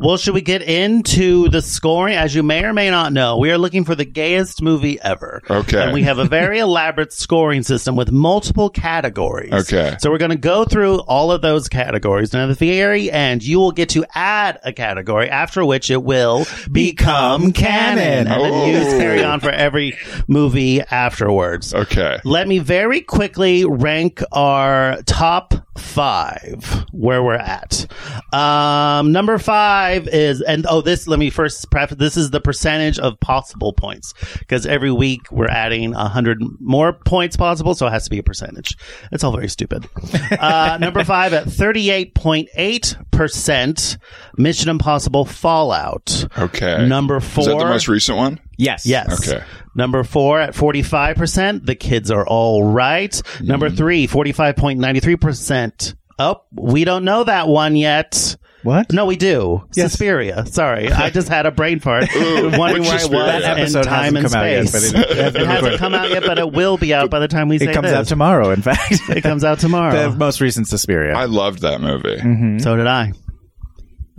D: Well, should we get into the scoring? As you may or may not know, we are looking for the gayest movie ever.
E: Okay.
D: And we have a very elaborate scoring system with multiple categories.
E: Okay.
D: So we're going to go through all of those categories. And at the very end, you will get to add a category, after which it will become canon. And
E: Oh.
D: then use carry on for every movie afterwards.
E: Okay.
D: Let me very quickly rank our top five where we're at. Um, number five is, and oh, this, let me first preface this is the percentage of possible points because every week we're adding 100 more points possible, so it has to be a percentage. It's all very stupid. Uh, number five at 38.8%, Mission Impossible Fallout.
E: Okay.
D: Number four.
E: Is that the most recent one?
C: Yes.
D: Yes.
E: Okay.
D: Number four at 45%, the kids are all right. Number
E: Mm-hmm.
D: three, 45.93%. Oh, we don't know that one yet.
C: What?
D: No, we do.
C: Yes.
D: Suspiria. Sorry. I just had a brain fart. wondering
E: which
D: where I
E: Suspiria?
D: was
E: That
D: in
C: episode
D: time
C: hasn't
D: and
C: come out yet,
D: space.
C: but it-
D: it, hasn't come out yet, but it will be out by the time we say
C: It comes
D: this.
C: out tomorrow, in fact.
D: It comes out tomorrow. Mm-hmm.
C: the most recent Suspiria.
E: I loved that movie.
C: Mm-hmm.
D: so did I.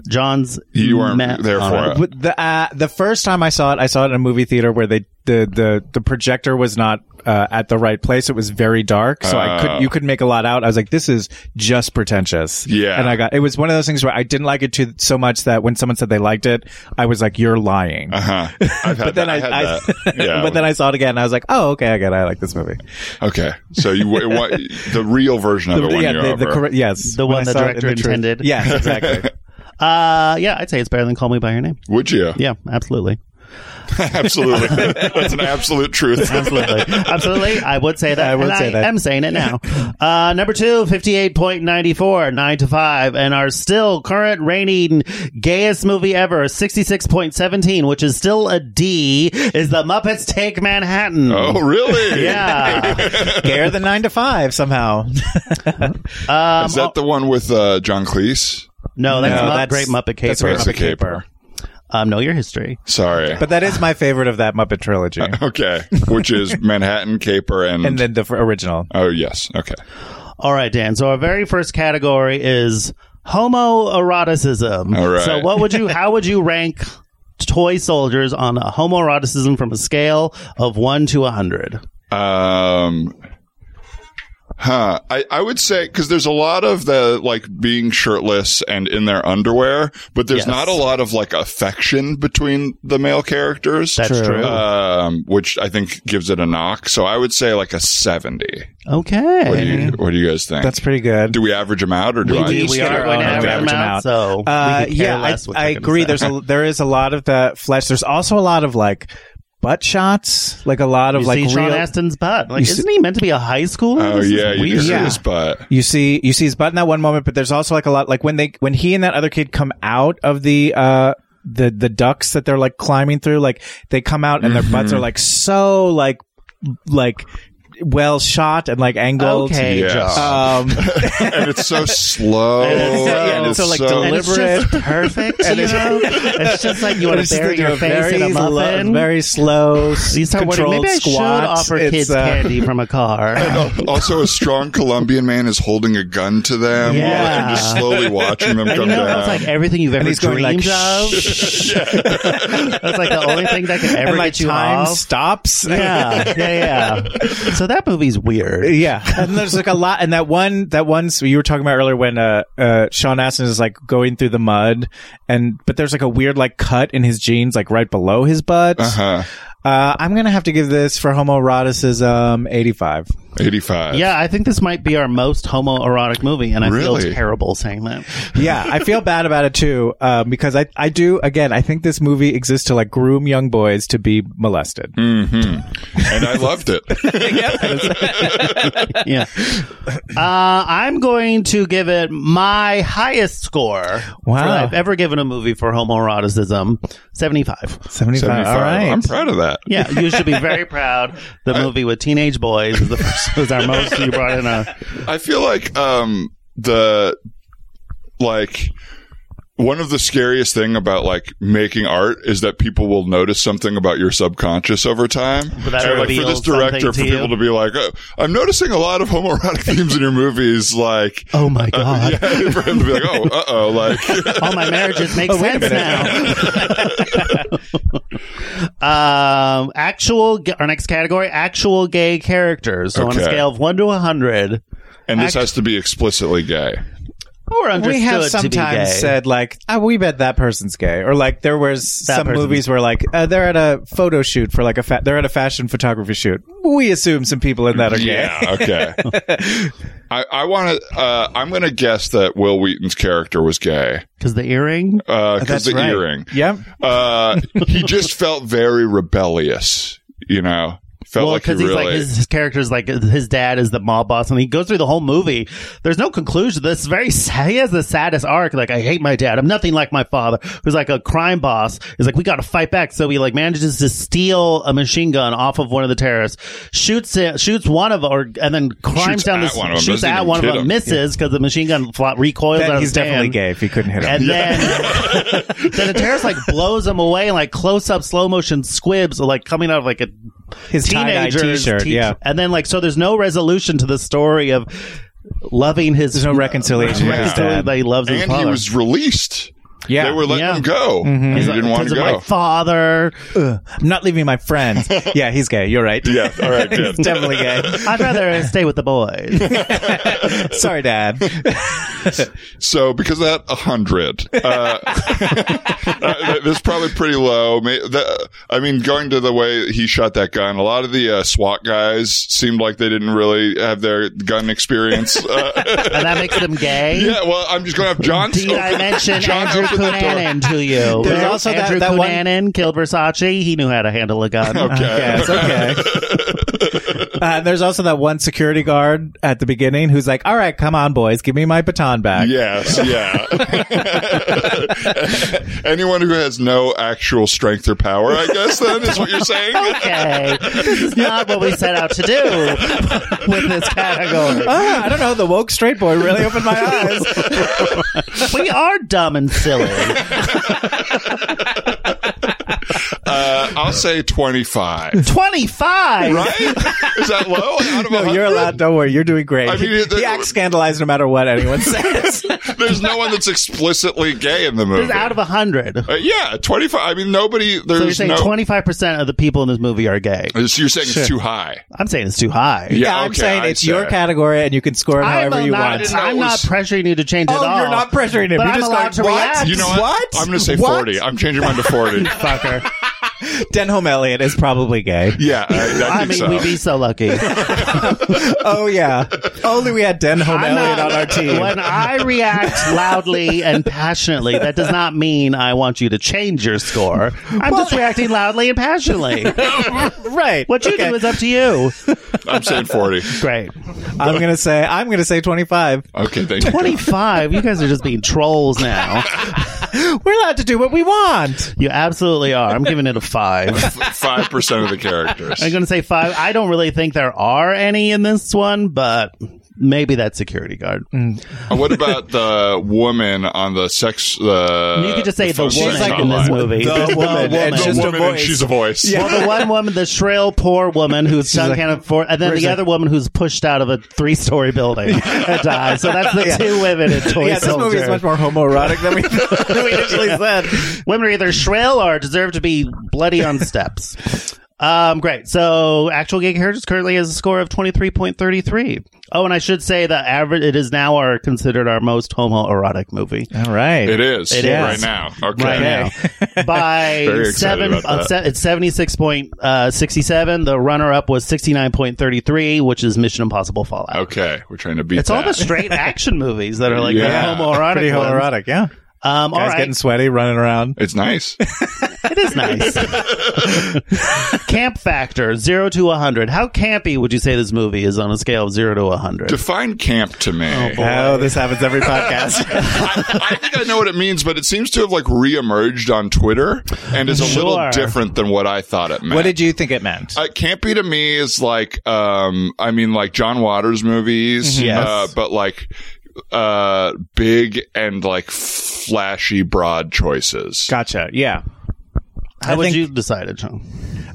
D: John's.
E: You weren't there
D: on it.
E: for it.
C: But the uh, the first time I saw it, I saw it in a movie theater where they the the, the projector was not uh, at the right place. It was very dark, so I could
E: Oh.
C: not you could make a lot out. I was like, this is just pretentious.
E: Yeah.
C: and I got it was one of those things where I didn't like it too so much that when someone said they liked it, I was like, you're lying.
E: Huh. Uh-huh. I've had
C: But then
E: that.
C: I,
E: had
C: I,
E: that. Yeah.
C: but then I saw it again, and I was like, "Oh, okay, I get it. I like this movie."
E: okay. So you it, wa- the real version of it when
C: yeah,
E: you're
C: the,
E: over.
C: the correct- yes,
D: The
C: When
D: one
C: I
D: the
C: saw it in
D: director
C: truth.
D: intended.
C: Yes, exactly.
D: Uh, yeah, I'd say it's better than Call Me By Your Name.
E: Would you?
D: Yeah, absolutely.
E: Absolutely. That's an absolute truth.
D: Absolutely. Absolutely. I would say that.
C: I would
D: and
C: say that.
D: am saying it now. Uh, number two, 58.94, 9 to 5, and our still current reigning gayest movie ever, 66.17, which is still a D, is The Muppets Take Manhattan.
E: Oh, really?
D: Yeah.
C: Gayer than nine to five somehow.
E: Is that the one with uh, John Cleese?
D: No, that's
C: No,
D: not
C: that's-
D: Great Muppet
C: that's
D: Caper.
C: Great
E: That's a
C: Muppet Caper.
E: caper.
D: Um, know your history.
E: Sorry.
C: But that is my favorite of that Muppet trilogy.
E: okay. Which is Manhattan Caper and.
C: and then the f- original.
E: oh, yes. Okay.
D: All right, Dan. So our very first category is homoeroticism.
E: All right.
D: So what would you? How would you rank toy soldiers on a homoeroticism from a scale of one to a hundred?
E: Um, huh. I, I would say because there's a lot of the like being shirtless and in their underwear, but there's
D: Yes.
E: not a lot of like affection between the male characters.
D: That's True. true.
E: Um, which I think gives it a knock. So I would say like a seventy. What do
D: Okay.
E: you What do you guys think?
C: That's pretty good.
E: do we average them out or do I?
D: We, we are going
C: own
D: to average them
C: average
D: out,
C: amount.
D: so
C: Uh,
D: we could care
C: yeah, I,
D: less what
C: I
D: you're gonna
C: agree.
D: say.
C: There's a there is a lot of the flesh. There's also a lot of like butt shots, like a lot of
D: you
C: like
D: see
C: real.
D: Sean Astin's butt. Like,
C: You see-
D: isn't he meant to be a high schooler?
E: Oh
D: This is
E: yeah, you
D: weird.
E: do see
C: Yeah.
E: his butt.
C: You see, you see his butt in that one moment, but there's also like a lot, like when they, when he and that other kid come out of the, uh, the, the ducks that they're like climbing through, like they come out and
D: Mm-hmm.
C: their butts are like so like, like well shot and like angled.
D: Okay,
E: Yes.
D: Josh.
C: Um,
E: and it's so slow.
D: And it's so- yeah,
E: and
D: and
C: it's so, like,
D: And it's just
C: Deliberate.
D: perfect, you know. It's just like you want
C: it's
D: to
C: just
D: bury
C: they do
D: your
C: a
D: face
C: very
D: in
C: lo-
D: a muffin.
C: very slow,
D: you start wondering,
C: controlled
D: maybe I should
C: squats.
D: offer
C: It's,
D: kids
C: uh,
D: candy from a car.
E: also, a strong Colombian man is holding a gun to them
D: Yeah.
E: and just slowly watching them
D: And you
E: come
D: know,
E: down.
D: that's like everything you've ever
C: he's going
D: dreamed
C: like,
D: of. That's like the only thing that could ever
C: and like
D: get you
C: time
D: off.
C: stops.
D: yeah, yeah, yeah. So that movie's weird.
C: Yeah, and there's like a lot, and that one, that one so you were talking about earlier when uh, uh, Sean Astin is like going through the mud, and but there's like a weird like cut in his jeans, like right below his butt.
E: uh-huh.
C: Uh, I'm gonna have to give this for homoeroticism 85.
E: 85.
D: Yeah, I think this might be our most homoerotic movie, and I feel
E: Really?
D: terrible saying that.
C: Yeah, I feel bad about it too, um, because I I do again. I think this movie exists to like groom young boys to be molested.
E: Mm-hmm. And I loved it.
D: Yeah, uh, I'm going to give it my highest score
C: Wow.
D: for- I've ever given a movie for homoeroticism, seventy-five.
C: 75.
E: 75.
C: All right.
E: I'm proud of that.
D: Yeah, you should be very proud. The movie with teenage boys is the first was our most. You brought in a
E: I feel like um the like one of the scariest thing about like making art is that people will notice something about your subconscious over time.
D: that
E: And, like for
D: reveals
E: this director,
D: something
E: for
D: to
E: people
D: you.
E: to be like, oh, "I'm noticing a lot of homoerotic themes in your movies," like, uh,
D: oh my god,
E: yeah, for him to be like, "Oh, uh oh," like,
D: all my marriages make
C: Oh, wait a
D: sense now. um, actual ga- our next category: actual gay characters. So on a
E: Okay.
D: scale of one to hundred,
E: and this has to be explicitly gay.
D: or understood
C: we have
D: to be gay.
C: sometimes said like, oh, we bet that person's gay, or like there was
D: That
C: some
D: person's-
C: movies where like uh, they're at a photo shoot for like a fa- they're at a fashion photography shoot. We assume some people in that are gay.
E: Yeah, okay. I, I want to. Uh, I'm going to guess that Will Wheaton's character was gay
D: because the earring.
E: because the
C: right.
E: earring.
C: Yep.
E: uh, he just felt very rebellious, you know. Felt
D: Well,
E: like he
D: because he's
E: really.
D: like his, his character's like his dad is the mob boss, and he goes through the whole movie. There's no conclusion. This is very sad. he has the saddest arc. Like I hate my dad. I'm nothing like my father, who's like a crime boss. He's like we got to fight back. So he like manages to steal a machine gun off of one of the terrorists, shoots it, shoots one of or and then climbs
E: Shoots
D: down
E: at
D: this
E: one of 'em,
D: shoots
E: doesn't
D: at
E: even
D: one of
E: kid
D: them,
E: him.
D: misses because the machine gun fla- recoils. out
C: Then
D: of
C: he's
D: his
C: definitely
D: hand.
C: gay if he couldn't hit him.
D: And then, then the terrorist like blows him away and like close up slow motion squibs like coming out of like a
C: His tie-dye
D: teenager's
C: t-shirt,
D: te-
C: yeah.
D: and then like so there's no resolution to the story of loving his
C: There's no reconciliation with his
D: reconciliation
C: dad.
D: that he loves his
E: and he
D: father.
E: was released.
C: Yeah.
E: They were letting
D: Yeah. Mm-hmm.
E: him go. And he
D: He's like,
E: didn't want to
D: "Because of
E: go.
D: My father,
C: I'm not leaving my friends. yeah, he's gay. You're right.
E: yeah. All right. Good.
C: He's definitely gay.
D: I'd rather stay with the boys.
C: Sorry, Dad.
E: So because of that, a hundred. Uh, uh, that's probably pretty low. May- the- I mean, going to the way he shot that gun, a lot of the uh, SWAT guys seemed like they didn't really have their gun experience. Uh,
D: and that makes them gay.
E: yeah. Well, I'm just going to have John.
D: Did I mention
E: John
D: Andrew
E: opened the door.
D: Cunanan to you?
C: There's also that-
D: Andrew
C: that one-
D: Cunanan killed Versace. He knew how to handle a gun.
C: Yeah, it's okay. Uh, there's also that one security guard at the beginning who's like, "All right, come on, boys, give me my baton back."
E: Yes, yeah. Anyone who has no actual strength or power, I guess, then is what you're saying.
D: okay. This is not what we set out to do with this category.
C: Ah, I don't know. The woke straight boy really opened my eyes.
D: We are dumb and silly.
E: Uh, I'll say 25.
D: 25.
E: Right? Is that low? Out of
C: No, you're
E: 100?
C: allowed. Don't worry, you're doing great.
E: I mean, it-
C: he acts scandalized no matter what anyone says.
E: There's no one that's explicitly gay in the
D: This
E: movie.
D: is out of 100.
E: Uh, yeah, 25. I mean, nobody.
D: So you're
E: There's
D: saying
E: no.
D: 25% of the people in this movie are gay.
E: so you're saying it's too high.
D: I'm saying it's too high.
E: Yeah,
C: I'm
E: okay,
C: saying
E: I'd
C: it's your
E: say.
C: category, and you can score it
D: I'm,
C: however you
D: not,
C: want.
E: didn't know
D: I'm
E: it
D: not
E: was-
D: pressuring you to change it
C: Oh,
D: at all.
C: you're not pressuring him.
D: But
C: You're
D: I'm
C: just
D: allowed
C: going,
D: to
C: "What?"
D: react.
E: You know what?
C: What?
E: I'm going to say
C: What?
E: 40. I'm changing mine to 40.
D: Fucker.
C: Denholm Elliott is probably gay.
E: Yeah, I, I
D: I
E: think
D: mean,
E: so.
D: we'd be so lucky.
C: Oh yeah. Only we had Denholm
D: I'm
C: Elliott on
D: not-
C: our team.
D: When I react loudly and passionately, that does not mean I want you to change your score. I'm just reacting loudly and passionately.
C: Right.
D: What you
C: Okay.
D: do is up to you.
E: I'm saying 40.
D: Great.
C: I'm gonna say I'm gonna say 25.
E: Okay, thank you.
D: 25. You guys are just being trolls now.
C: We're allowed to do what we want.
D: You absolutely are. I'm giving it a five.
E: Five percent of the characters.
D: I'm going to say five. I don't really think there are any in this one, but maybe that security guard.
C: Mm.
E: Uh, what about the woman on the sex? uh, The
D: you could just say the,
E: phone
D: woman
E: sex
C: like
D: in this
E: hotline?
D: movie.
C: The
D: Just
C: woman.
E: The
C: And It's just a
E: woman, and
C: voice.
E: she's a voice.
D: Well, the one woman, the shrill, poor woman who's done
C: like-
D: can't afford, and then
C: Where's
D: the
C: that?
D: other woman who's pushed out of a three-story building and dies. So that's the two women in Toy
C: yeah, this
D: Soldier.
C: movie is much more homoerotic than we, than we initially said.
D: women are either shrill or deserve to be bloody on steps. Um, great. So actual gig characters currently has a score of twenty three point thirty three. Oh, and I should say the average. It is now our considered our most homoerotic movie
C: All right.
E: It is
D: It
E: right
D: is.
E: now. Okay.
D: right now by
E: Very excited
D: seven.
E: about
D: Uh,
E: that.
D: se- it's seventy six point sixty seven. The runner up was sixty nine point thirty three, which is Mission Impossible Fallout.
E: Okay, we're trying to beat.
D: It's
E: that.
D: all the straight action movies that are like
E: Yeah.
D: the homoerotic.
C: Pretty
D: ones.
C: homoerotic, yeah.
D: Um, all
C: Guys
D: right.
C: getting sweaty, running around.
E: It's nice.
D: It is nice. Camp factor zero to one hundred. How campy would you say this movie is on a scale of zero to one hundred?
E: Define camp to me.
C: Oh, this happens every podcast.
E: I, I think I know what it means, but it seems to have like reemerged on Twitter and is a
D: Sure.
E: little different than what I thought it meant.
C: what did you think it meant?
E: uh, campy to me is like um i mean like john waters movies
D: Mm-hmm.
C: Yes.
E: uh, but like uh big and like flashy broad choices
C: gotcha. Yeah.
D: How
C: I
D: would
C: think-
D: you decide it, Sean?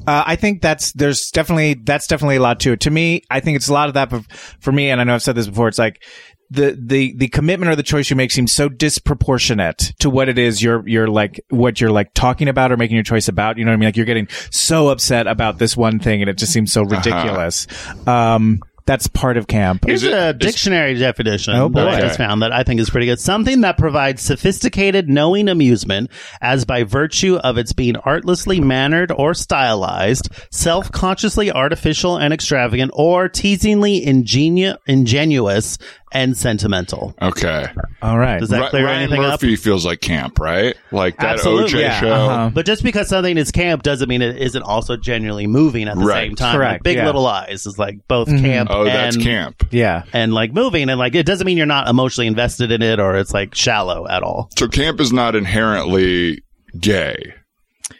C: Uh, I think that's there's definitely that's definitely a lot to it. To me, I think it's a lot of that. But for me, and I know I've said this before, it's like the the the commitment or the choice you make seems so disproportionate to what it is you're you're like what you're like talking about or making your choice about. You know what I mean? Like you're getting so upset about this one thing, and it just seems so ridiculous. Um, that's part of camp.
D: Here's
E: it-
D: a
E: is-
D: dictionary definition
C: Oh,
D: that I
C: boy.
D: just found that I think is pretty good. Something that provides sophisticated, knowing amusement, as by virtue of its being artlessly mannered or stylized, self consciously artificial and extravagant, or teasingly ingenu- ingenuous and sentimental.
E: okay
C: All right.
D: Does that
E: Ri-
D: clear
E: Ryan
D: anything up?
E: Murphy feels like camp right like that
D: Absolutely,
E: oj
D: yeah,
E: show
C: uh-huh.
D: But just because something is camp doesn't mean it isn't also genuinely moving at the
E: Right.
D: same time. Like
C: Correct,
D: Big
C: yeah. Mm-hmm.
D: Little Eyes is like both camp
E: oh that's
D: and
E: camp
C: yeah.
D: and like moving and like it doesn't mean you're not emotionally invested in it or it's like shallow at all.
E: so camp is not inherently gay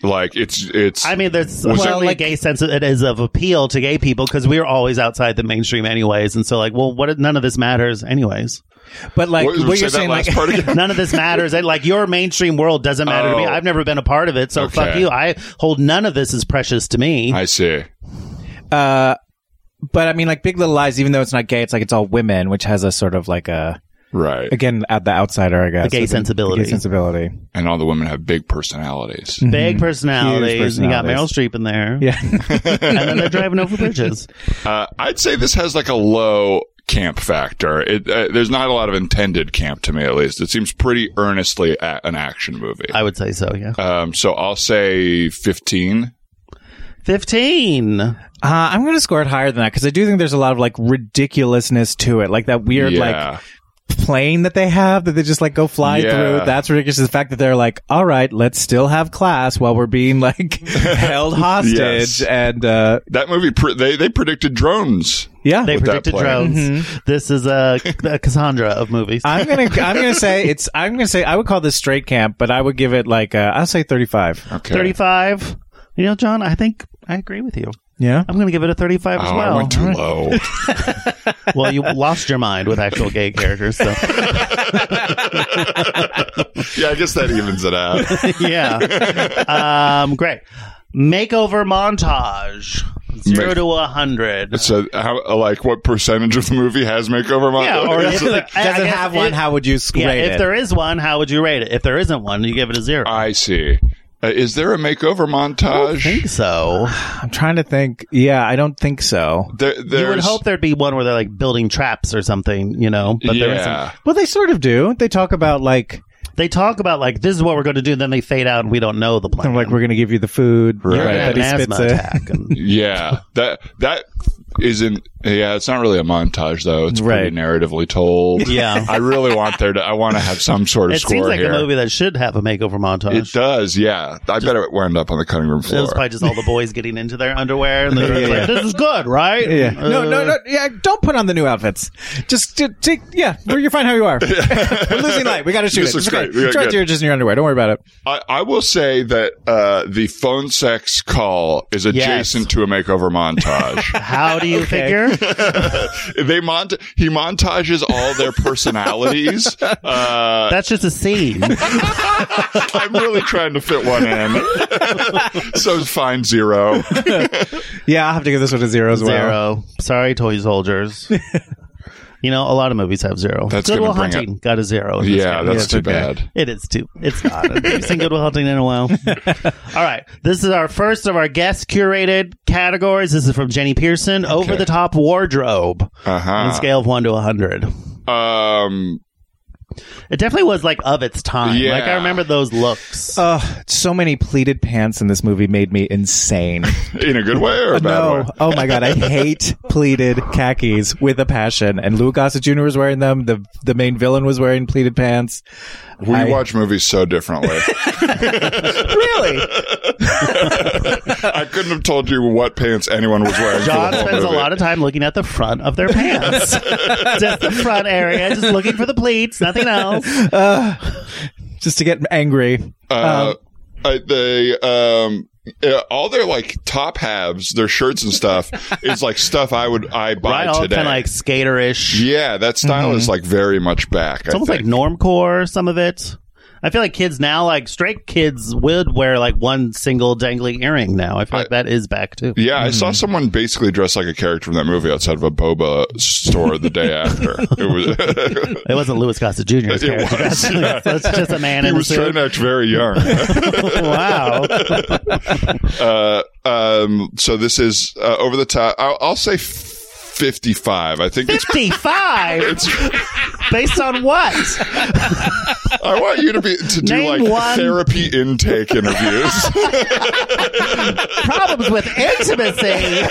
E: like it's it's
D: I mean, there's
E: Was
D: certainly
C: there, like-
D: a gay sense it is of appeal to gay people because we're always outside the mainstream anyways, and so like, well, what? None of this matters anyways.
C: But like
E: what,
C: what,
E: say
C: you're
E: that
C: saying,
E: last
C: like
E: part again?
D: None of this matters. And like your mainstream world doesn't matter to me.
E: Oh.
D: I've never been a part of it, so fuck
E: Okay.
D: you. I hold none of this is precious to me.
E: i see
C: uh, but I mean, like Big Little Lies, even though it's not gay, it's like it's all women, which has a sort of like a
E: right
C: again at the outsider, I guess.
D: The gay
C: Like,
D: sensibility.
C: gay sensibility.
E: and all the women have big personalities
D: Big personalities. You got Meryl
C: personalities.
D: Streep in there,
C: Yeah.
D: and then they're driving over bridges.
E: Uh, I'd say this has like a low camp factor. It, uh, there's not a lot of intended camp to me, at least. It seems pretty earnestly a- an action movie.
D: I would say so. Yeah,
E: Um, so I'll say 15.
D: fifteen.
C: Uh, I'm going to score it higher than that because I do think there's a lot of like ridiculousness to it, like that weird
E: yeah.
C: like plane that they have that they just like go fly
E: Yeah.
C: through. That's ridiculous. The fact that they're like, all right, let's still have class while we're being like held hostage,
E: Yes.
C: and uh,
E: that movie, pre- they, they predicted drones.
C: yeah,
D: They
E: With that
D: predicted
E: plane.
D: drones. This is a, a Cassandra of movies.
C: I'm gonna I'm gonna say it's I'm gonna say I would call this straight camp, but I would give it like uh, I'll say 35.
E: Okay.
D: 35. You know, John, I think I agree with you.
C: Yeah,
D: I'm going to give it a 35 as
E: Oh, I
D: well.
E: went too low.
D: well, you lost your mind with actual gay characters. So,
E: yeah, I guess that evens it out.
D: yeah. Um, great. Makeover montage. Zero
E: Make-
D: to a hundred.
E: So, how, like, what percentage of the movie has makeover? mon-
D: Yeah, or
C: does
D: if
C: it
D: there- I- I guess
C: have one?
D: it-
C: how would you rate
D: Yeah,
C: it?
D: if there is one, how would you rate it? If there isn't one, you give it a zero.
E: I see. Uh, is there a makeover
D: I
E: montage?
D: think so.
C: I'm trying to think. Yeah, I don't think so.
E: There,
D: You would
E: there's-
D: hope there'd be one where they're like building traps or something, you know, but there
E: yeah.
D: isn't.
C: Well, they sort of do. They talk about like
D: They talk about like this is what we're going to do, and then they fade out, and we don't know the plan.
C: I'm like, we're going to give you the food.
E: Right.
D: You're gonna have
C: That he
D: an asthma
C: spits it.
D: attack. And,
E: Yeah, that that isn't. Yeah, it's not really a montage though. It's
C: Right.
E: pretty narratively told.
D: Yeah.
E: I really want there to. I want to have some sort of
D: it
E: score
D: seems like
E: here.
D: a movie that should have a makeover montage.
E: It does. Yeah, I bet it wound up on the cutting room
D: It
E: floor.
D: was probably just all the boys getting into their underwear, and they're like, "This is good, right?"
C: Yeah.
D: Uh,
C: no, no, no. Yeah, don't put on the new outfits. Just t- take. Yeah, we're- you're fine how you are. we're losing light. We got to shoot
E: This
C: it.
E: looks
C: It's okay.
E: great. We got
C: Try
E: good.
C: to just in your underwear. Don't worry about it.
E: I, I will say that uh, the phone sex call is adjacent to a makeover montage.
D: How do you figure?
E: they mont- he montages all their personalities. Uh,
D: That's just a scene.
E: I'm really trying to fit one in, so fine zero.
C: Yeah, I'll have to give this one a zero as well.
D: Zero. Sorry, toy soldiers. you know, a lot of movies have zero.
E: That's
D: Goodwill
E: gonna bring
D: Hunting got a zero. in this
E: Yeah,
D: category.
E: that's
C: it's
E: too
C: okay.
E: bad.
D: It is too. It's not. I've seen Goodwill Hunting in a while. All right, this is our first of our guest curated categories. This is from Jenny Pearson. Over the top wardrobe
E: Uh
D: on a
E: huh.
D: scale of one to a hundred.
E: Um,
D: It definitely was like of its time.
E: Yeah. Uh,
D: Like I remember those looks.
C: Ugh, so many pleated pants in this movie made me insane.
E: in a good way or a bad way?
C: no, oh my god, I hate pleated khakis with a passion. And Lou Gossett Jr. was wearing them. The the main villain was wearing pleated pants.
E: We
C: I-
E: watch movies so differently.
C: Really?
E: I couldn't have told you what pants anyone was wearing. for the
D: John
E: whole
D: spends a
E: movie.
D: lot of time looking at the front of their pants, just the front area, just looking for the pleats, nothing else.
C: Just to get angry.
D: um,
C: Um,
E: Uh, I, they um uh, all their like top halves, their shirts and stuff is like stuff I would I buy
D: right, all
E: today.
D: kind of like skaterish.
E: yeah, that style is like very much back.
D: It's almost like normcore. Some of it. I feel like kids now, like straight kids, would wear like one single dangly earring. Now I feel like that is back too.
E: yeah, I saw someone basically dressed like a character from that movie outside of a boba store the day after. It was.
D: It wasn't Louis Gossett Jr.
E: It was.
D: That's just a man
E: he
D: in a
E: was trying
D: suit.
E: to act very young.
D: wow.
E: uh, um, so this is uh, over the top. I'll, I'll say fifty-five. I think it's.
D: Fifty-five.
E: it's
D: Based on what?
E: I want you to be to do
D: Name
E: like
D: one-
E: therapy intake interviews.
D: Problems with intimacy.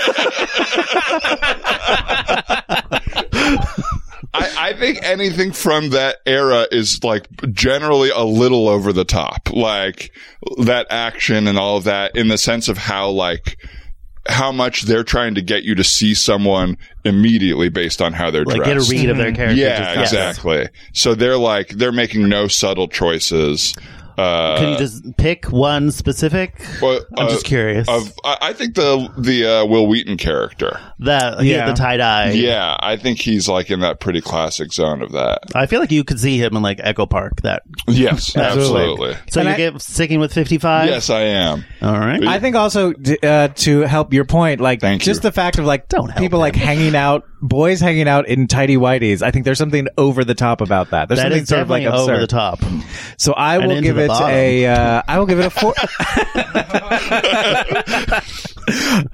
E: I, I think anything from that era is like generally a little over the top, like that action and all of that in the sense of how like how much they're trying to get you to see someone immediately based on how they're
D: Like get a
E: dressed.
D: read of their character.
E: yeah,
D: just- yes.
E: exactly. So they're like they're making no subtle choices. Uh,
D: Can you just pick one specific?
E: well,
D: I'm
E: uh,
D: just curious.
E: Of I I think the the uh, Will Wheaton character.
D: the he had
C: Yeah.
D: the tie dye.
E: Yeah, I think he's like in that pretty classic zone of that.
D: I feel like you could see him in like Echo Park. That
E: Yes, absolutely.
D: so
C: And
D: you
C: I-
D: get sticking with fifty five.
E: Yes, I am.
D: All right.
C: I think also d- uh, to help your point, like
E: Thank
C: just
E: you.
C: the fact of like
D: Don't help
C: people like hanging out, boys hanging out in tidy whities. I think there's something over the top about that. There's
D: that
C: something
D: is
C: sort of like
D: definitely
C: absurd.
D: over the top.
C: So I will
D: into
C: give
D: the
C: it
D: bottom.
C: a. Uh, I will give it a four.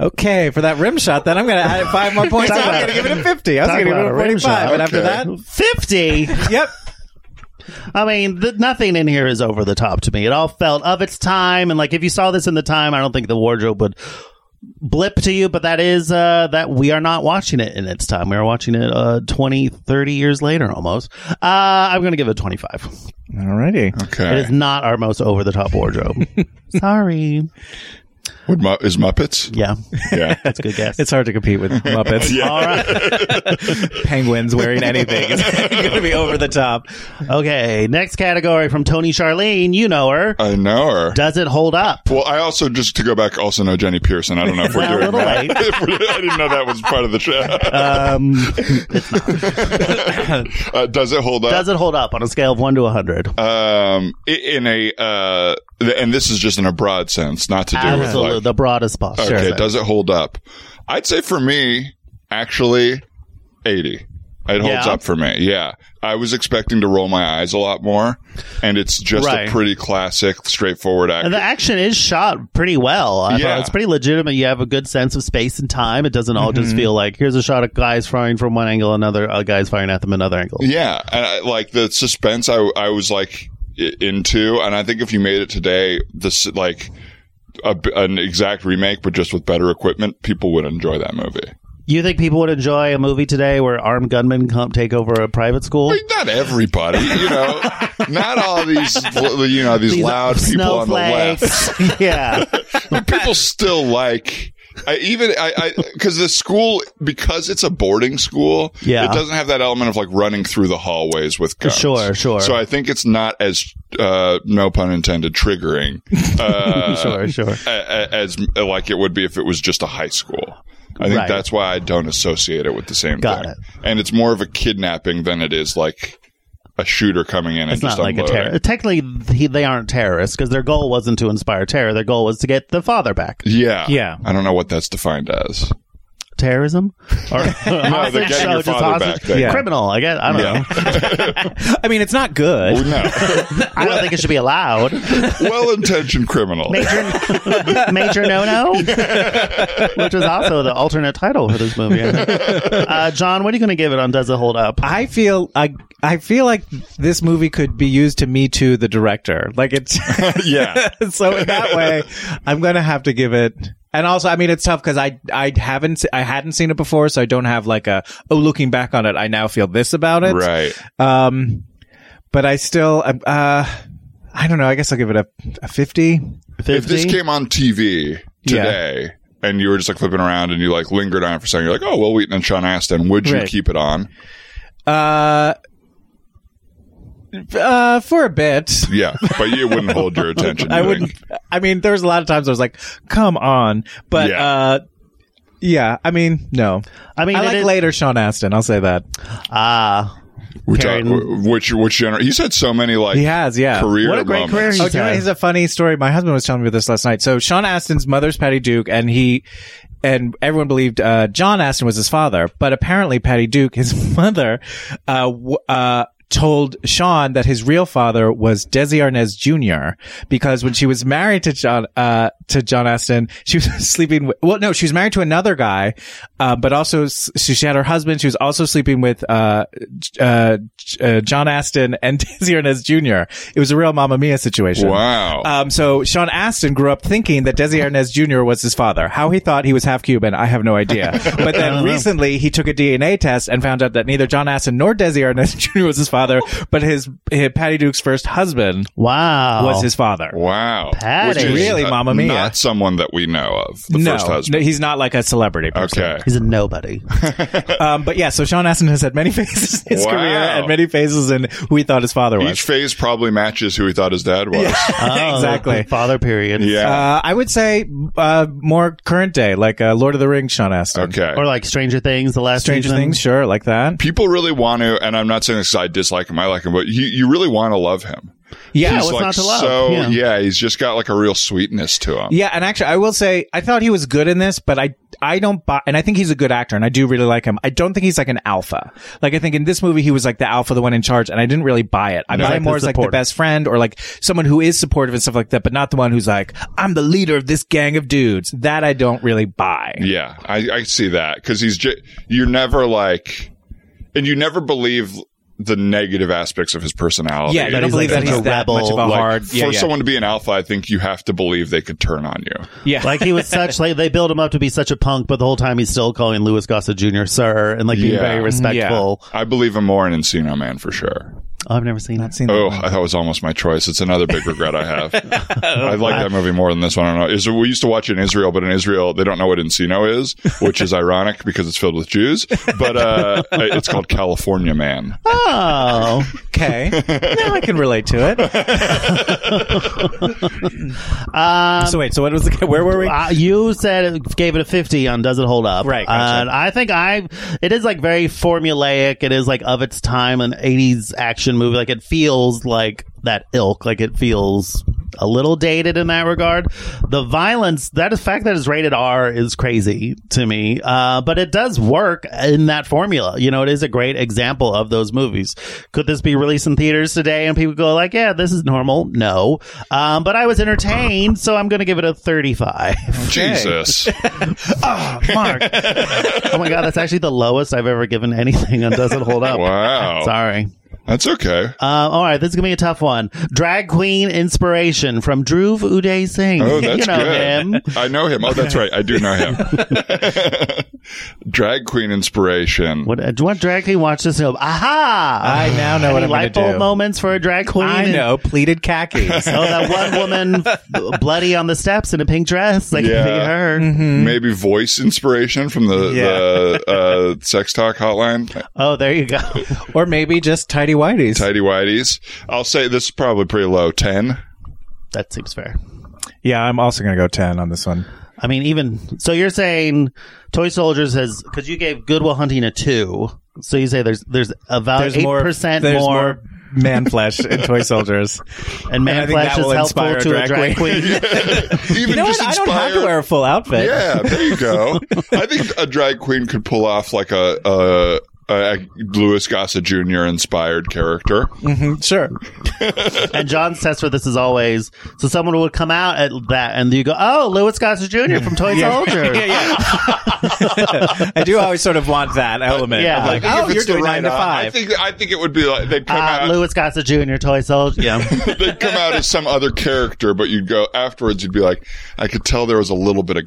C: okay, for that rim shot, then I'm going to add five more points. I'm going to give it a fifty. I was
D: Talk
C: going to give
D: about
C: it
D: a
C: a
D: rim
C: forty-five,
D: shot.
C: and after that,
D: Fifty.
C: yep.
D: I mean, th- nothing in here is over the top to me. It all felt of its time, and like if you saw this in the time, I don't think the wardrobe would blip to you. But that is uh, that we are not watching it in its time. We are watching it uh, 20, 30 years later, almost. Uh, I'm going to give it twenty five.
C: Alrighty.
E: Okay.
D: It is not our most over the top wardrobe. Sorry.
E: Would Mu- is Muppets?
D: Yeah,
E: Yeah.
D: that's a good guess.
C: It's hard to compete with Muppets.
D: all right.
C: Penguins wearing anything is going to be over the top.
D: Okay, next category from Tony Charlene. You know her.
E: I know her.
D: Does it hold up?
E: Well, I also just to go back, also know Jenny Pearson. I don't know if we're
D: Well, a
E: doing
D: little
E: that.
D: late.
E: If we- I didn't know that was part of the show.
D: Um,
E: Uh, does it hold up?
D: does it hold up on a scale of one to a hundred?
E: um, i- in a uh, th- and this is just in a broad sense, not to do
D: Absolutely,
E: with
D: the broadest possible.
E: like, okay, does it hold up? I'd say for me, actually, eighty. It holds
D: Yeah.
E: up for me. Yeah, I was expecting to roll my eyes a lot more, and it's just
D: Right.
E: a pretty classic, straightforward act.
D: And the action is shot pretty well. I
E: Yeah.
D: thought it's pretty legitimate. You have a good sense of space and time. It doesn't all
E: Mm-hmm.
D: just feel like here's a shot of guys firing from one angle, another uh, guys firing at them another angle.
E: Yeah, and I, like the suspense. I I was like, i- into, and I think if you made it today, this like a b an exact remake, but just with better equipment, people would enjoy that movie.
D: You think people would enjoy a movie today where armed gunmen come take over a private school?
E: Like, not everybody, you know, not all these, you know, these, loud people on the left.
D: snowflakes. yeah.
E: But people still like. I even I because the school because it's a boarding school,
D: Yeah.
E: it doesn't have that element of like running through the hallways with guns.
D: Sure, sure.
E: So I think it's not as uh, no pun intended triggering. Uh,
D: Sure, sure.
E: a- a- As uh, like it would be if it was just a high school. I think
D: Right.
E: that's why I don't associate it with the same
D: Got
E: thing.
D: it.
E: And it's more of a kidnapping than it is like a shooter coming in and
D: It's
E: just
D: not like a
E: unloading.
D: terror. Technically, he, they aren't terrorists because their goal wasn't to inspire terror. Their goal was to get the father back.
E: Yeah,
C: Yeah.
E: I don't know what that's defined as.
D: Terrorism or
E: No, they're getting your
D: just
E: father
D: hostage-
E: back. Thing.
C: Yeah.
D: criminal? I guess I don't know.
C: I mean, it's not good.
E: No.
D: I don't think it should be allowed.
E: well intentioned criminal.
D: Major, Major No No, which was also the alternate title for this movie. I think. Uh, John, what are you going to give it on? Does it hold up?
C: I feel I I feel like this movie could be used to me too the director. Like it's
E: Yeah.
C: so in that way, I'm gonna have to give it. And also, I mean, it's tough because I I haven't I hadn't seen it before, so I don't have like a oh looking back on it, I now feel this about it.
E: Right.
C: Um, but I still um, uh, I don't know. I guess I'll give it a a fifty.
E: If this came on TV
C: Yeah.
E: today and you were just like flipping around and you like lingered on it for a second, you're like, oh, Will Wheaton and Sean Astin, would you
C: Right.
E: keep it on?
C: Uh, uh, for a bit.
E: Yeah. But you wouldn't hold your attention.
C: I
E: you
C: wouldn't.
E: think.
C: I mean, there was a lot of times I was like, "Come on," but
E: Yeah.
C: uh, yeah. I mean, no.
D: I mean,
C: I
D: it
C: like
D: is-
C: later Sean Astin. I'll say that
D: Ah,
E: Which, I,
D: Karen.
E: which, which genre? He's had so many like
C: he has. Yeah.
E: career
D: What a great
E: moments.
D: career he-
C: Oh, do you know what?
D: had.
C: Here's a funny story. My husband was telling me this last night. So Sean Astin's mother's Patty Duke, and he and everyone believed uh, John Astin was his father, but apparently Patty Duke, his mother, uh, w- uh, told Sean that his real father was Desi Arnaz Jr. because when she was married to John uh, to John Astin, she was sleeping. With, well, no, she was married to another guy, uh, but also s- so she had her husband. She was also sleeping with uh, J- uh, J- uh, John Astin and Desi Arnaz Jr. It was a real Mamma Mia situation.
E: Wow.
D: Uh,
C: Um, so Sean Astin grew up thinking that Desi Arnaz Jr. was his father. How he thought he was half Cuban, I have no idea. But then recently he took a DNA test and found out that neither John Astin nor Desi Arnaz Jr. was his father, but his, his Patty Duke's first husband
D: wow.
C: was his father.
E: wow.
D: Patty.
E: Which is,
C: Really,
E: uh,
C: Mamma Mia.
E: Not someone that we know of. The
C: no,
E: first husband.
C: no, he's not like a celebrity. Per se.
E: okay.
D: He's a nobody. Oh,
C: Um, but yeah, so Sean Astin has had many phases in his
E: Wow.
C: career and many phases in who he thought his father was.
E: Each phase probably matches who he thought his dad was.
D: Oh,
C: exactly.
D: Father period.
E: Yeah.
C: Uh, I would say uh, more current day, like uh, Lord of the Rings, Sean Astin.
E: okay.
D: Or like Stranger Things, the last
C: Stranger
D: season.
C: Things, sure, like that.
E: people really want to, and I'm not saying this 'cause I dislike him, I like him, but you, you really want to love him.
C: Yeah,
D: what's
E: like
D: not to love?
E: so,
D: Yeah.
E: yeah. he's just got like a real sweetness to
D: Oh.
E: him.
C: Yeah, and actually, I will say I thought he was good in this, but I I don't buy, and I think he's a good actor, and I do really like him. I don't think he's like an alpha. Like I think in this movie he was like the alpha, the one in charge, and I didn't really buy it. I buy
D: Like
C: him
D: the
C: more as like the
D: supporter.
C: best friend or like someone who is supportive and stuff like that, but not the one who's like I'm the leader of this gang of dudes. That I don't really buy.
E: Yeah, I, I see that because he's just, you're never like, and you never believe the negative aspects of his personality.
C: Yeah, you
D: That
C: don't
D: he's,
C: believe
D: like,
C: that
D: such
C: he's
D: a
C: that much of a
D: rebel,
E: Like,
C: hard.
E: for
C: Yeah, yeah.
E: someone to be an alpha, I think you have to believe they could turn on you.
C: yeah.
D: Like he was such like they build him up to be such a punk, but the whole time he's still calling Louis Gossett Jr. sir and like being
E: Yeah.
D: very respectful.
E: I believe him more in Encino Man for sure.
D: Oh, I've never seen
C: not
D: that.
C: seen that
E: Oh,
C: one.
E: that was almost my choice. It's another big regret I have. I like that movie more than this one. I don't know. Is we used to watch it in Israel, but in Israel they don't know what Encino is, which is ironic because it's filled with Jews. But uh, it's called California Man.
D: Oh,
C: Okay, now I can relate to it. so wait, so what was the where were we?
D: uh, you said it gave it a fifty on Does It Hold Up?
C: Right, gotcha.
D: And I think I it is like very formulaic. It is like of its time, an eighties action movie. Like it feels like that ilk. Like it feels a little dated in that regard. The violence, that is fact that it's rated R is crazy to me. Uh, but it does work in that formula. You know, it is a great example of those movies. Could this be released in theaters today and people go like, yeah, this is normal? No. Um, but I was entertained, so I'm going to give it a 35.
E: Jesus,
D: Mark. oh my God, that's actually the lowest I've ever given anything and doesn't hold up.
E: wow.
D: Sorry.
E: That's okay.
D: Um, all right, this is gonna be a tough one. Drag queen inspiration from Dhruv Uday Singh.
E: Oh, that's
D: you know
E: good.
D: him.
E: I know him. Oh, that's right. I do know him. Drag queen inspiration.
D: What, uh, what drag queen watched this film? Aha!
C: I now know
D: Any
C: what I'm
D: light
C: gonna
D: bulb
C: do.
D: moments for a drag queen.
C: I know pleated khakis.
D: Oh, that one woman b- bloody on the steps in a pink dress. That
E: Yeah.
D: could be her.
C: Mm-hmm.
E: Maybe voice inspiration from the, the uh, sex talk hotline.
D: Oh, there you go.
C: or maybe just tidy whities.
E: Tidy whities. I'll say this is probably pretty low. Ten.
D: that seems fair.
C: yeah, I'm also gonna go ten on this one.
D: I mean, even so, you're saying Toy Soldiers has because you gave Goodwill Hunting a two. So you say there's there's about
C: There's
D: eight
C: more.
D: percent
C: there's
D: more,
C: Uh, more man flesh in toy soldiers.
D: and
C: and I
D: man
C: think
D: flesh
C: that
D: is
C: will
D: helpful
C: inspire
D: to a drag queen.
E: Even
C: You know
E: just
C: what? I
E: inspire.
C: don't have to wear a full outfit.
E: yeah, there you go. I think a drag queen could pull off like a a, a Louis Gossett Jr. inspired character.
C: Mm-hmm. Mm, Sure.
D: and John's test for this is always so someone would come out at that, and you go, "Oh, Louis Gossett Jr. from Toy Soldier."
C: yeah, yeah. I do always sort of want that element.
D: Yeah.
C: Yeah. Of like,
E: I think
C: oh,
E: if
C: you're
E: it's the
C: doing nine
E: right
C: to
E: eye- I
C: five.
E: think I think it would be like they'd come
D: Ah,
E: out.
D: Louis Gossett Jr. Toy Soldier. Yeah.
E: they'd come out as some other character, but you'd go afterwards. You'd be like, I could tell there was a little bit of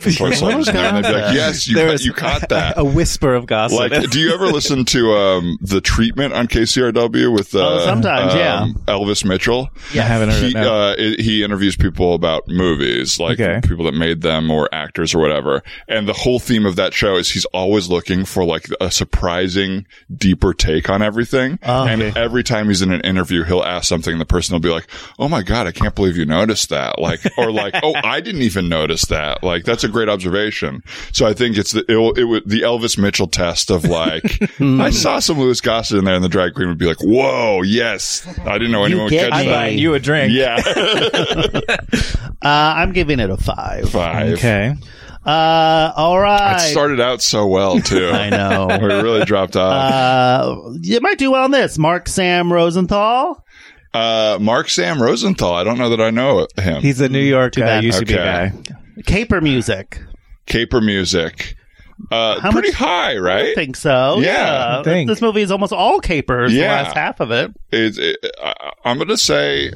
E: from Toy Soldiers. there. And they'd be like, Yes, you
C: There
E: ca-
C: was
E: you caught that.
C: a whisper of gossip.
E: Like, do you ever listen to um, the treatment on KCRW with uh,
D: Oh, sometimes, yeah.
E: Elvis Mitchell?
C: I haven't heard
E: he
C: it. No.
E: uh, i- he interviews people about movies, like
C: Okay.
E: people that made them or actors or whatever. And the whole theme of that show is he's always looking for like a surprising, deeper take on everything. and every time he's in an interview, he'll ask something. The person will be like, "Oh my god, I can't believe you noticed that!" Like, or like, "Oh, I didn't even notice that." Like, that's a great observation. So I think it's the it'll, it was the Elvis Mitchell test of like, I saw some Louis Gossett in there, and the drag queen would be like, "Whoa, yes, I didn't know anyone would
D: get
E: catch
D: me.
E: that."
C: I'm buying you a drink.
E: Yeah.
D: Uh, I'm giving it a five.
E: Five.
C: Okay.
D: Uh, all
E: It
D: right.
E: started out so well, too.
D: I know.
E: We really dropped off.
D: Uh, you might do well on this. Mark Sam Rosenthal.
E: Uh, Mark Sam Rosenthal. I don't know that I know him.
C: He's a New York uh,
D: bad.
C: UCB
E: Okay.
C: guy.
D: Caper music.
E: Caper music. Uh,
D: How
E: pretty
D: much-
E: high,
D: I
E: right?
D: think so.
E: Yeah,
C: I think.
D: This movie is almost all capers,
E: Yeah.
D: the last half of it.
E: It's- it- I, I'm going to say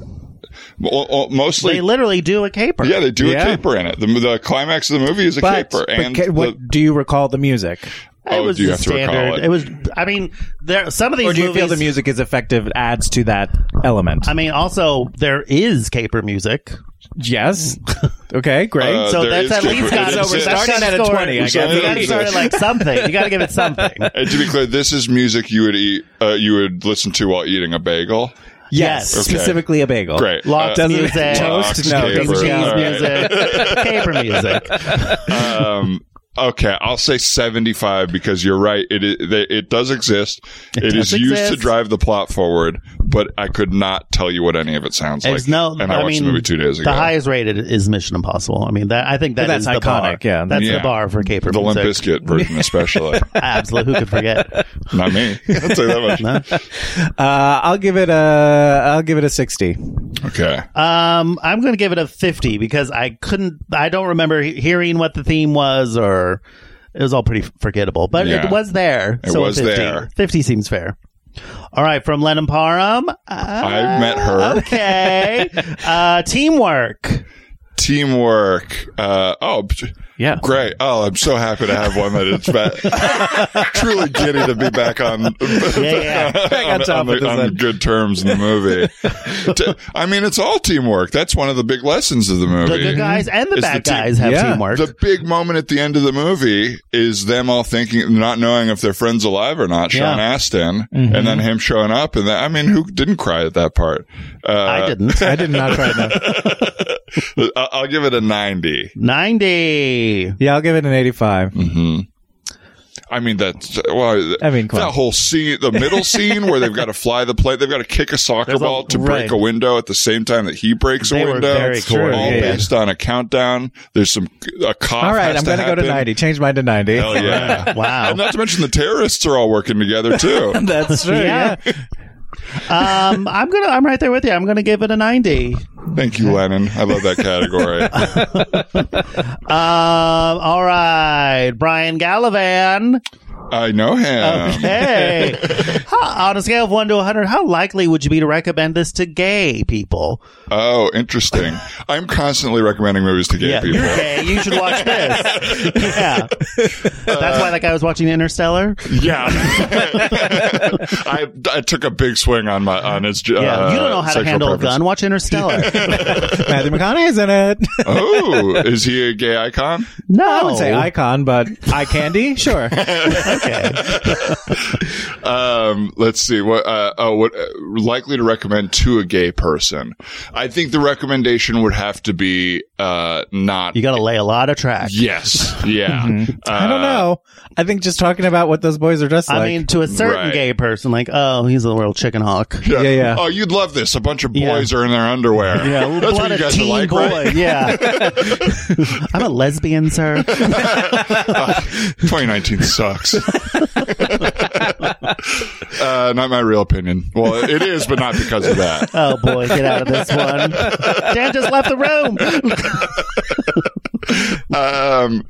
E: well, well,
D: They
E: mostly.
D: literally do a caper.
E: yeah, they do
C: Yeah.
E: a caper in it. The, the climax of the movie is a
C: But,
E: caper.
C: but
E: and
C: ca- what
E: the-
C: do you recall the music?
D: It
E: oh,
D: was
E: do you
D: the
E: have to recall
D: standard.
E: it?
D: was. I mean, there some of these
C: Or do you
D: movies.
C: feel the music is effective, adds to that element?
D: I mean, also there is caper music.
C: yes. okay, great.
E: Uh,
D: So
E: there
D: that's
E: is
D: at least
E: caper-
D: got
E: it
D: to
E: exists.
D: that's
C: Starting
D: gotta
C: at a
D: score-
C: 20, I
E: guess.
D: You got to start at like something. You got to give it something.
E: and to be clear, this is music you would eat, uh, you would listen to while eating a bagel.
C: yes.
D: yes.
C: Specifically a bagel.
E: Great.
D: Locked
E: Uh,
D: music,
C: Toast? No,
E: caper,
C: doesn't
D: cheese
C: count.
E: all right.
D: music, caper music.
E: um, okay, I'll say 75 because you're right. It i- they- it does exist. It
D: does
E: is used to
D: exist.
E: drive the plot forward, but I could not tell you what any of it sounds
D: There's
E: like.
D: no.
E: and I,
D: I,
E: watched
D: mean,
E: the movie two days ago.
D: The highest rated is Mission Impossible. I mean, that I think that
C: But that's
D: is the
C: iconic,
D: bar.
C: yeah.
D: that's
E: Yeah.
D: the bar for caper
E: the Limp
D: music.
E: Bizkit version, especially.
D: Absolutely, who could forget?
E: not me. I'll say that much.
C: Uh, I'll give it a. I'll give it a sixty.
E: Okay.
D: Um, I'm going to give it a 50 because I couldn't, I don't remember he- hearing what the theme was or it was all pretty f- forgettable, but
E: Yeah.
D: it was there.
E: It
D: so
E: was
D: 50.
E: there.
D: 50 seems fair. All right. From Lennon Parham. Uh,
E: I've met her.
D: okay. uh, teamwork.
E: Teamwork. Uh, oh, p-
D: Yeah.
E: great. Oh, I'm so happy to have one that it's back. truly giddy to be back on.
D: yeah.
C: Back on top of
E: the,
C: this
E: the
C: end.
E: good terms in the movie. T- I mean, it's all teamwork. That's one of the big lessons of the movie.
D: The good guys and the
E: It's
D: bad
E: the team-
D: guys have
C: Yeah.
D: teamwork.
E: The big moment at the end of the movie is them all thinking, not knowing if their friend's alive or not. Sean
D: Yeah.
E: Astin,
C: Mm-hmm.
E: and then him showing up, and that, I mean, who didn't cry at that part? Uh,
D: I didn't.
C: I did not try that.
E: I- I'll give it a ninety.
D: 90.
C: Yeah, I'll give it an eighty-five.
E: I mean that's well.
C: I mean, come
E: that
C: on.
E: whole scene, the middle scene where they've got to fly the plate, they've got to kick a soccer
D: There's a-
E: ball to break
D: right.
E: a window at the same time that he breaks
D: They
E: a
D: were
E: window.
D: very
E: It's all
C: creative.
E: based on a countdown. There's some a cop.
C: All right,
E: has
C: I'm
E: to
C: going to go to
E: happen.
C: ninety. Change mine to ninety.
E: Hell yeah!
D: Wow.
E: And not to mention the terrorists are all working together too.
C: That's true.
D: Yeah.
C: Yeah.
D: um, I'm going to, I'm right there with you. I'm going to give it a 90.
E: Thank you, Lennon. I love that category.
D: Um, all right. Brian Gallivan.
E: I know him.
D: Okay. How- on a scale of one to 100, how likely would you be to recommend this to gay people?
E: Oh, interesting. I'm constantly recommending movies to gay people.
D: you're gay. You should watch this. yeah. That's why that guy was watching Interstellar.
E: Yeah, I, I took a big swing on my on his. Uh,
D: Yeah. you don't know how to
E: sexual
D: handle a
E: preference.
D: gun. Watch Interstellar.
C: Matthew McConaughey's in it.
E: Oh, is he a gay icon?
D: no.
C: I would say
E: Oh.
C: icon, but eye candy, sure.
E: Um, let's see what. Uh, oh, what uh, likely to recommend to a gay person? I think the recommendation would have to be uh, not.
D: You got Mm-hmm. to lay a lot of track.
E: yes. Yeah. Uh,
C: I don't know. I think just talking about what those boys are dressed
D: I
C: like.
D: mean, to a certain
E: Right.
D: gay person, like, oh, he's a real chicken hawk.
E: Yeah.
C: Yeah, yeah.
E: Oh, you'd love this. A bunch of
D: Yeah.
E: boys are in their underwear.
D: Yeah, a
E: That's
D: lot
E: what you
D: of
E: guys are
D: teen
E: like,
D: boy.
E: right?
D: Yeah, I'm a lesbian, sir.
E: 2019 sucks. uh, not my real opinion. Well, it is, but not because of that.
D: Oh boy, get out of this one. Dan just left the room.
E: Um,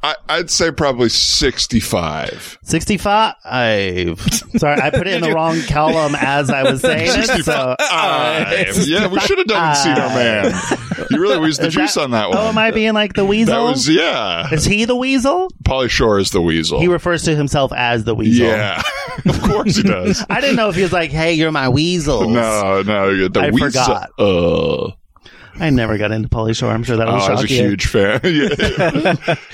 E: I, I'd say probably 65.
D: Sixty-five. Sorry, I put it in the wrong column as I was saying it. So.
E: yeah, we should have done Encino Man. You really wheezed the
D: Is
E: juice
D: that-
E: on that one.
D: Oh, am I being like the
E: That
D: weasel?
E: was, yeah.
D: Is he the weasel?
E: Polly Shore is the weasel.
D: He refers to himself as the weasel.
E: yeah. of course he does.
D: I didn't know if he was like, "Hey, you're my weasel."
E: No, no, the
D: I
E: weasel.
D: forgot.
E: Uh,
D: I never got into Polly Shore. I'm sure that'll
E: Oh, I was a
D: shock you.
E: huge fan. Yeah.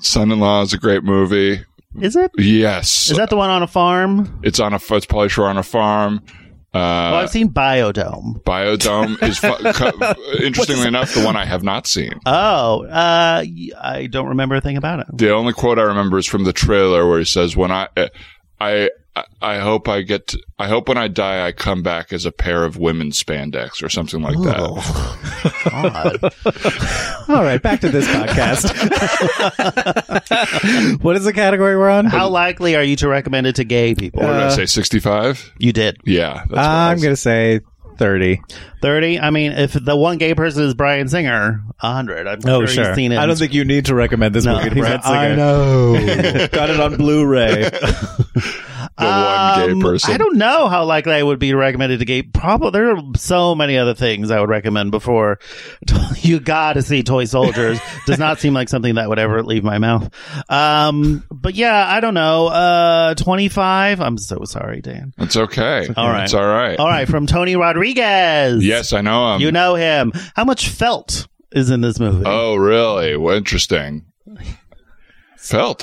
E: Son-in-Law is a great movie.
D: Is it?
E: Yes,
D: Is that the one on a farm?
E: it's on a. It's Polly Shore on a farm.
D: oh,
E: Uh,
D: I've seen Biodome.
E: Biodome is fu- co- interestingly enough the one I have not seen.
D: Oh, uh, y- I don't remember a thing about it.
E: The only quote I remember is from the trailer where he says, "When I, uh, I, I- I hope I get. To, I hope when I die, I come back as a pair of women's spandex or something like that."
D: God.
C: All right, back to this podcast. what is the category we're on?
D: How likely are you to recommend it to gay people?
E: What did I say? Sixty-five?
D: you did.
E: Yeah, that's what I
C: I'm
E: said.
C: going to say 30.
D: 30? I mean, if the one gay person is Brian Singer, 100. I'm sure, he's seen it.
C: Oh, I don't think you need to recommend this
D: No,
C: movie to
D: he's
C: Brad
D: like, "I
C: Singer. know. Got it on Blu-ray.
E: the one
D: Um,
E: gay person.
D: I don't know how likely I would be to recommend it to gay. Probably there are so many other things I would recommend before you got to see Toy Soldiers. Does not seem like something that would ever leave my mouth. Um, but yeah, I don't know. Uh, twenty five. I'm so sorry, Dan.
E: It's okay.
D: All right.
E: It's all right.
D: All right, from Tony Rodriguez.
E: Yes, I know him.
D: you know him. How much felt is in this movie?
E: Oh, really? Well, interesting. Felt,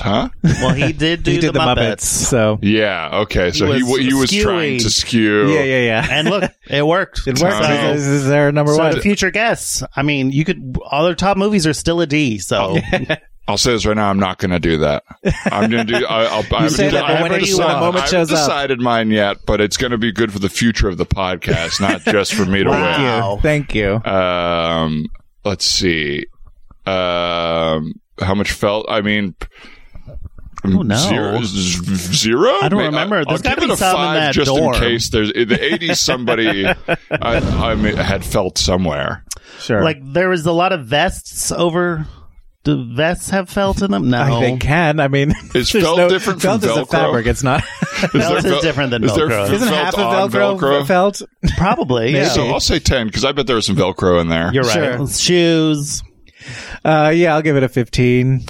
E: huh?
D: well, he did do
C: he did
D: the, Muppets.
C: so
E: Yeah. Okay. So he
D: He was
E: wa- he, was
D: skewing.
E: trying to skew.
C: yeah, yeah, yeah.
D: And look, it worked.
C: It worked.
E: So-
C: This is- this is our number
D: So
C: one.
D: to future guests, I mean, you could all their top movies are still a D. So
E: I'll say this right now. I'm not going to do that. I'm going to do. I, I'll, I haven't
C: say
E: de-
C: that, but
E: I haven't
C: whenever you- when the
E: decided,
C: moment
E: I haven't
C: shows up.
E: decided mine yet, but it's going to be good for the future of the podcast, not just for me to
D: Wow.
E: win.
D: Wow.
C: Thank you.
E: Um, let's see. Um, how much felt? I mean,
D: Oh, no.
E: zero. z- zero?
D: I don't
E: Ma-
D: remember.
E: I'll
D: There's gotta
E: give
D: be
E: it a
D: some in
E: five
D: that
E: just
D: dorm.
E: in case. There's in the '80s. Somebody, I, I mean, had felt somewhere.
C: Sure.
D: like there was a lot of vests over. Do vests have felt in them? No.
C: I think can. I mean,
E: Is
C: there's
E: felt different from
C: felt is a
E: Velcro?
C: fabric. It's not.
D: Felt
E: there
D: is different than
E: is there
D: Velcro.
E: f-
C: Isn't
E: felt
C: half of
E: on
C: Velcro,
E: Velcro?
C: felt?
D: probably. Yeah.
E: So I'll say ten because I bet there was some Velcro in there.
D: You're right.
C: Sure.
D: Shoes.
C: Uh, yeah, I'll give it a 15.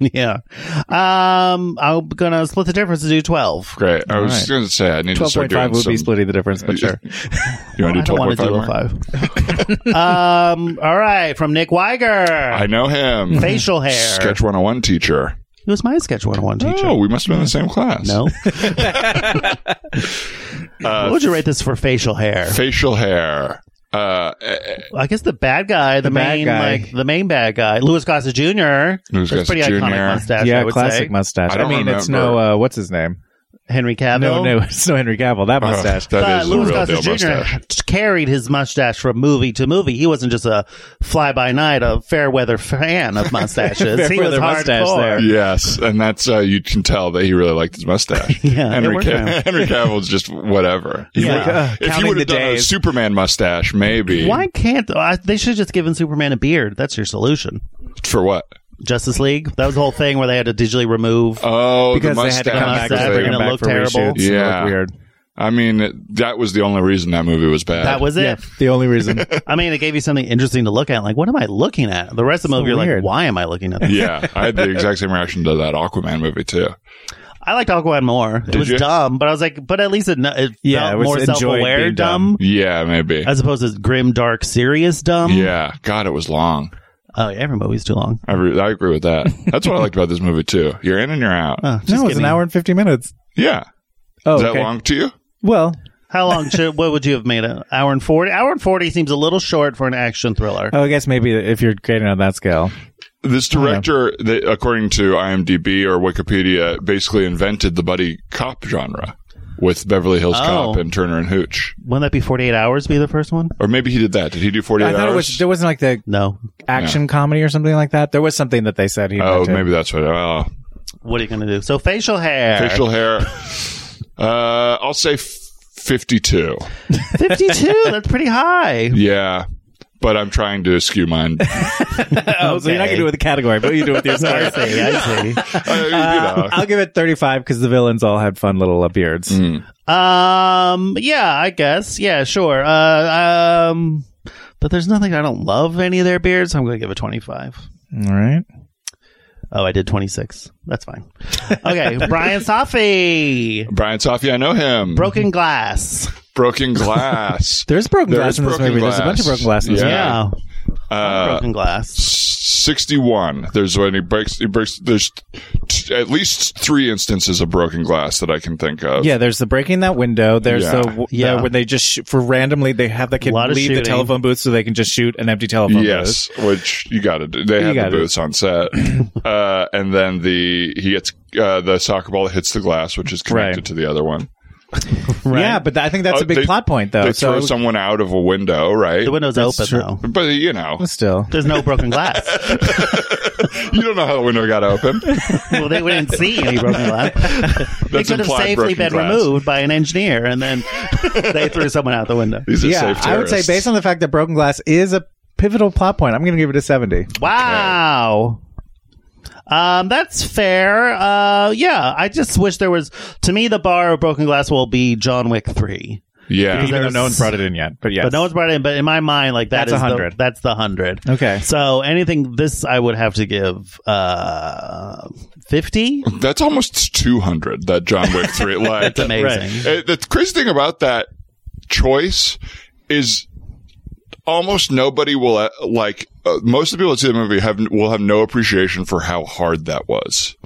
D: Yeah. Um, I'm gonna split the difference to do twelve.
E: Great. I was
C: right.
E: just going to say I need to
C: 12.5
E: start doing
C: would
E: some.
C: be splitting the difference, but sure.
E: You want
D: I don't
E: to do twelve
D: want
E: point
D: to do a
E: five?
D: five. um. All right. From Nick Weiger.
E: I know him.
D: Facial hair.
E: Sketch 101 teacher.
D: He was my sketch 101 teacher.
E: Oh, we must have been in the same class.
D: No.
E: Uh,
D: what would you rate this for facial hair?
E: Facial hair. Uh,
D: I guess the bad guy, the,
C: bad
D: main,
C: guy.
D: like the main bad guy, Louis Gossett Jr.
E: Louis
D: That's
E: Gossett
D: pretty
E: Jr..
D: iconic mustache. I
C: yeah,
D: would
C: classic
D: say.
C: mustache.
E: I
C: I,
E: don't
C: mean, it's
E: remember.
C: no, uh, what's his name?
D: Henry Cavill.
C: No, no, it's no Henry Cavill. That
E: uh,
C: mustache.
E: that
D: But
E: is the
D: Louis
E: real deal
D: Gossett Jr.
E: mustache.
D: carried his mustache from movie to movie. He wasn't just a fly by night, a fair weather fan of mustaches. he was
C: Fair-weather mustache
D: hardcore.
C: there.
E: Yes, and that's uh, you can tell that he really liked his mustache.
D: Yeah, it
E: Henry,
D: worked
E: Cav-
D: for him.
E: Henry Cavill's just whatever. He
D: Yeah.
E: would-
D: Like,
C: uh,
E: if he
C: counting
E: would
C: the
E: have done a
C: days.
E: Superman mustache, maybe
D: Why can't I, they should have just given Superman a beard? That's your solution.
E: for what?
D: Justice League. That was the whole thing where they had to digitally remove.
E: Oh,
C: because
E: the
C: they had to come
E: mustache
C: back, and
D: thing.
C: bring it
D: And it
C: back
D: looked
C: for
D: terrible.
C: reshoots. and it
E: Yeah.
C: looked weird.
E: I mean, it- that was the only reason that movie was bad.
D: that was it.
C: Yeah, the only reason.
D: I mean, it gave you something interesting to look at. Like, what am I looking at? The rest of the
C: So
D: movie, you're
C: weird.
D: like, why am I looking at this?
E: yeah, I had the exact same reaction to that Aquaman movie too.
D: I liked Aquaman more. it
E: Did
D: was
E: you?
D: dumb, but I was like, but at least it, it felt
C: Yeah, it was-
D: more
C: enjoy it
D: self-aware
C: being
D: dumb,
C: dumb.
E: Yeah, maybe.
D: as opposed to grim, dark, serious dumb.
E: yeah, God, it was long.
D: Oh, yeah, every movie's too long.
E: I, re- I agree with that. That's what I liked about this movie too. You're in and you're out.
D: Oh, just
C: no, it was
D: kidding.
C: an hour and fifty minutes.
E: yeah,
C: Oh,
E: is that
C: okay.
E: long to you?
C: Well,
D: How long should, what would you have made it? Hour and 40? Hour and 40 seems a little short for an action thriller.
C: oh, I guess maybe if you're grading on that scale,
E: This
C: Oh,
E: director, that, according to IMDb or Wikipedia, basically invented the buddy cop genre with Beverly Hills Cop
D: Oh.
E: and Turner and Hooch.
D: Wouldn't that be 48 hours be the first one?
E: Or maybe he did that. Did he do 48
C: I thought
E: hours?
C: it was there wasn't like the
D: No.
C: action comedy or something like that. There was something that they said he.
E: oh,
C: invented.
E: maybe that's what. Oh,
D: What are you going to do? So facial hair.
E: facial hair. Uh, I'll say f- 52.
D: 52. that's pretty high.
E: Yeah. But I'm trying to skew mine. Uh,
C: Oh, so you're not gonna do it with the category, but you do it with your
D: I
C: scores.
D: see. I see.
E: you know.
C: Uh, I'll give it 35 because the villains all had fun little uh, beards.
E: Mm.
D: Um. Yeah, I guess. Yeah, sure. Uh. Um. But there's nothing I don't love any of their beards. So I'm going to give it 25.
C: All right.
D: Oh, I did 26. That's fine. Okay, Brian Safi,
E: Brian Sofia, I know him.
D: Broken Glass.
E: Broken Glass.
C: There's broken
E: There
C: glass
E: is
C: in this
E: broken
C: movie. There's a bunch of
E: glass.
C: broken glass in this
E: Yeah.
C: movie.
D: Yeah,
E: Uh,
D: Broken Glass.
E: 61. There's when he breaks, he breaks, there's t- at least three instances of broken glass that I can think of.
C: Yeah, there's the breaking that window. There's
E: Yeah.
C: the, yeah.
D: Yeah.
C: when they just shoot, for randomly they have the kid
D: Lot of
C: leave the
D: shooting.
C: telephone booth so they can just shoot an empty telephone booth.
E: Yes, which you got to do. They
C: You
E: have the
C: gotta do.
E: booths on set, uh, and then the he gets uh, the soccer ball that hits the glass, which is connected
C: Right.
E: to the other one.
C: Right. Yeah, but th- I think that's
E: Uh,
C: a big
E: they-
C: plot point though.
E: they
C: So
E: throw someone out of a window, right?
D: The window's open though.
E: but you know,
C: still,
D: There's no broken glass.
E: you don't know how the window got open.
D: well, they wouldn't see any broken glass. They
E: That's
D: could have
E: implied
D: safely
E: broken
D: been
E: glass.
D: removed by an engineer, and then they threw someone out the window.
E: These are
C: yeah,
E: safe
C: I would say
E: terrorists.
C: based on the fact that broken glass is a pivotal plot point, I'm going to give it a 70.
D: Wow. Um, that's fair. Uh, yeah, I just wish there was. To me, the bar of broken glass will be John Wick three,
E: yeah,
D: Because
C: Even though
D: that's-
C: no one's brought it in yet, but yes.
D: but no one's brought it in. But in my mind, like that
C: That's
D: is the-
C: 100.
D: that's the hundred.
C: Okay.
D: So anything this I would have to give uh fifty.
E: that's almost two hundred. That John Wick three, like
D: That's amazing.
E: Uh, the crazy thing about that choice is almost nobody will uh, like uh, most of the people that see the movie have will have no appreciation for how hard that was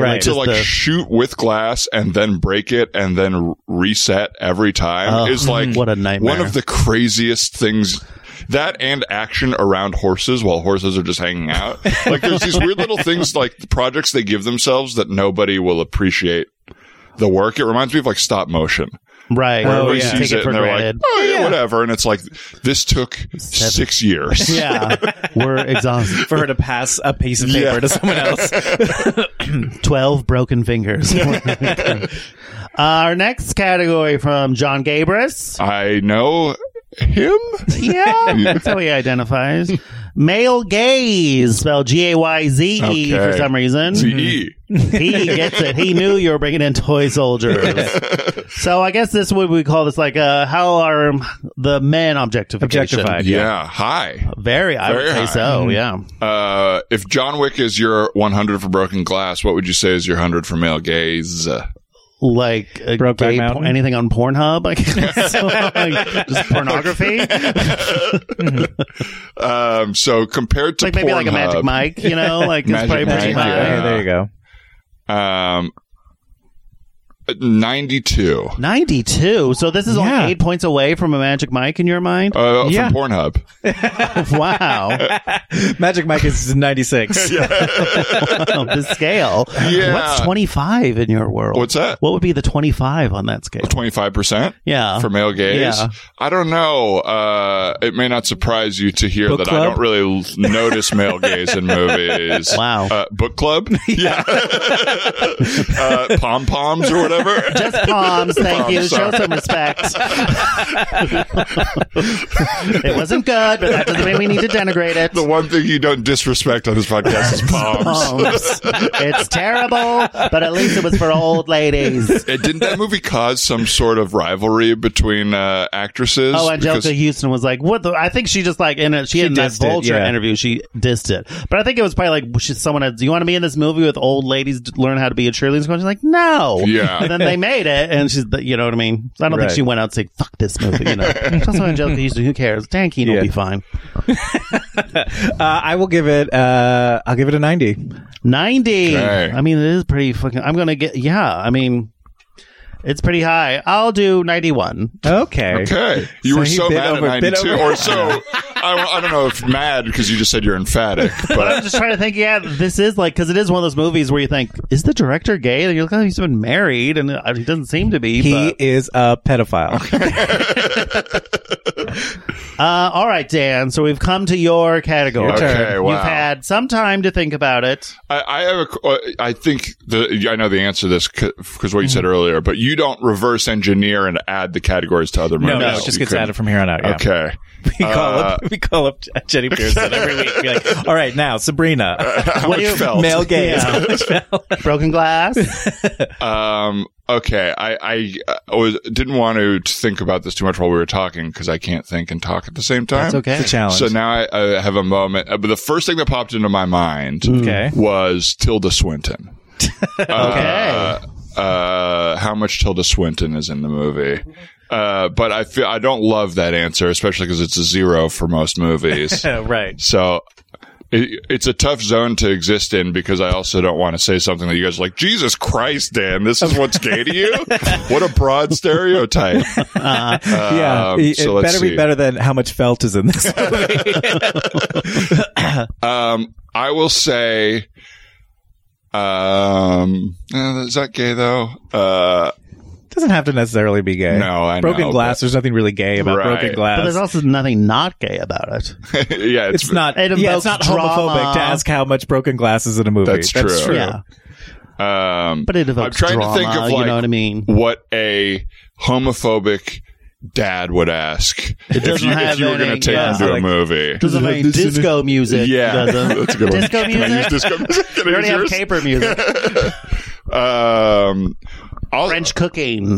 C: Right.
D: Like
E: to
D: just
E: like
D: the-
E: shoot with glass and then break it and then r- reset every time
D: Oh,
E: is like
D: what a nightmare.
E: one of the craziest things that and action around horses while horses are just hanging out like there's these weird little things like projects they give themselves that nobody will appreciate the work it reminds me of like stop motion
D: right.
E: where
C: Oh,
E: everybody
C: yeah.
E: sees
D: Take it
E: it,
D: for
E: and they're
D: granted.
E: like, oh, yeah, whatever. And it's like, this took six years.
D: yeah. We're exhausted.
C: for her to pass a piece of paper to someone else.
D: Twelve broken fingers. Our next category from John Gabris.
E: I know him.
D: Yeah, that's how he identifies. Male gaze, spelled G A Y Z E
E: Okay.
D: for some reason.
E: Z.
D: Mm-hmm. He gets it. He knew you were bringing in toy soldiers. so I guess this would we call this like uh, how are um, the men objectification?
C: Objectified. Mm-hmm.
E: Yeah.
D: Uh,
E: Hi.
D: Very, I would
E: Very
D: say
E: high.
D: so. Yeah.
E: Uh, if John Wick is your 100 for broken glass, what would you say is your 100 for male gaze? Uh,
D: Like uh,
C: Brokeback
D: gay
C: Mountain?
D: por- anything on Pornhub, I guess. So, like, just pornography, like
E: Um, so compared to
D: maybe like a Magic
E: Pornhub,
D: Mike, you know, like it's
E: Magic
D: probably
E: Mike,
D: pretty
E: yeah.
D: high.
C: Hey, there you go.
E: um, 92
D: Ninety-two. So this is
C: Yeah.
D: only eight points away from a Magic Mike in your mind.
E: uh,
C: Yeah.
E: from Pornhub.
D: wow,
C: Magic Mike is 96.
D: the scale.
E: Yeah.
D: What's twenty-five in your world?
E: What's that?
D: What would be the twenty-five on that scale?
E: 25%?
D: Yeah.
E: for male gaze.
D: Yeah.
E: I don't know. Uh, it may not surprise you to hear
C: Book
E: that I
C: club?
E: don't really l- notice male gaze in movies.
D: Wow.
E: Uh, book club? Yeah. uh, Pom poms or whatever.
D: Just palms, thank
E: Palms,
D: you. Show
E: sorry.
D: some respect. it wasn't good, but that doesn't mean we need to denigrate it.
E: the one thing you don't disrespect on this podcast is palms.
D: Palms. it's terrible, but at least it was for old ladies.
E: Uh, Didn't that movie cause some sort of rivalry between uh, actresses?
D: Oh, Angelica
E: Because-
D: Houston was like, "What the?" I think she just like in it. She, in that
C: dissed it,
D: Vulture
C: yeah.
D: interview, she dissed it. But I think it was probably like she, someone had. Do you want to be in this movie with old ladies to learn how to be a cheerleader? And she's like, "No."
E: Yeah.
D: And then they made it, and she's, you know what I mean. So I don't
C: Right.
D: think she went out saying, "Fuck this movie." You know. It's also, Angelica Houston. Who cares? Dan Keaton
C: Yeah.
D: will be fine.
C: Uh, I will give it. Uh, I'll give it a ninety.
D: 90.
E: Okay.
D: I mean, it is pretty fucking. I'm going to get. Yeah. I mean, it's pretty high. I'll do 91.
C: Okay.
E: Okay. You
C: So
E: were
C: he
E: so
C: bit
E: mad
C: over-
E: at
C: bit
E: 92.
C: over-
E: Or so. I, I don't know if mad because you just said you're emphatic,
D: But I'm
E: but
D: just trying to think, yeah, this is like, because it is one of those movies where you think, is the director gay? You're like, oh, he's been married, and uh, he doesn't seem to be.
C: He is a pedophile.
D: but, uh, all right, Dan. So we've come to your category.
E: Your turn. Okay, wow.
D: You've had some time to think about it.
E: I, I have a, qu- uh, I think the, I know the answer to this because what you
C: Mm-hmm.
E: said earlier, but you don't reverse engineer and add the categories to other
C: No,
E: movies.
C: no, it just
E: You
C: gets
E: couldn't.
C: added from here on out. Yeah.
E: Okay. Uh,
C: We call up. We call up Jenny Pearson every week. Be like, all right, now Sabrina,
E: Uh,
D: What
E: How much
D: do you-
E: felt?
C: male gaze.
D: Yeah. Broken glass.
E: Um, okay. I, I, uh was, didn't want to think about this too much while we were talking because I can't think and talk at the same time.
D: That's okay.
C: The challenge.
E: So now I, I have a moment. uh, But the first thing that popped into my mind
C: Okay.
E: was Tilda Swinton.
D: Okay.
E: Uh, uh, how much Tilda Swinton is in the movie? Uh, but I feel I don't love that answer, especially because it's a zero for most movies.
C: Yeah, right.
E: so it, it's a tough zone to exist in because I also don't want to say something that you guys are like, Jesus Christ, Dan, this is what's gay to you? what a broad stereotype.
C: yeah.
E: Um,
C: it
E: so
C: it
E: let's
C: better
E: see.
C: be better than how much felt is in this movie.
E: Um, I will say, um, uh, is that gay though? Uh,
C: Doesn't have to necessarily be gay.
E: No, I
C: broken
E: know,
C: glass.
E: but-
C: There's nothing really gay about
E: Right.
C: broken
D: But
C: glass.
D: there's also nothing not gay about it.
E: yeah,
C: it's not.
D: It
C: yeah, it's not
D: evokes
C: homophobic
D: drama.
C: to ask how much broken glass is in a movie.
E: That's true.
D: Yeah.
E: Um,
D: But it evokes
E: I'm trying
D: drama,
E: to think of
D: you
E: like
D: know what I mean?
E: what a homophobic dad would ask if
D: doesn't
E: you, if
D: have
E: you were going to
D: any-
E: take
D: yeah,
E: him to a
C: like-
E: movie.
D: Doesn't
C: it have
D: like
C: this in
D: disco music.
E: yeah,
D: Doesn't.
E: that's a good one.
D: Disco
E: Can I use
D: music.
E: disco music? Can I
D: We already
E: use
D: have
E: yours?
D: caper music.
E: Um, I'll,
D: French cooking.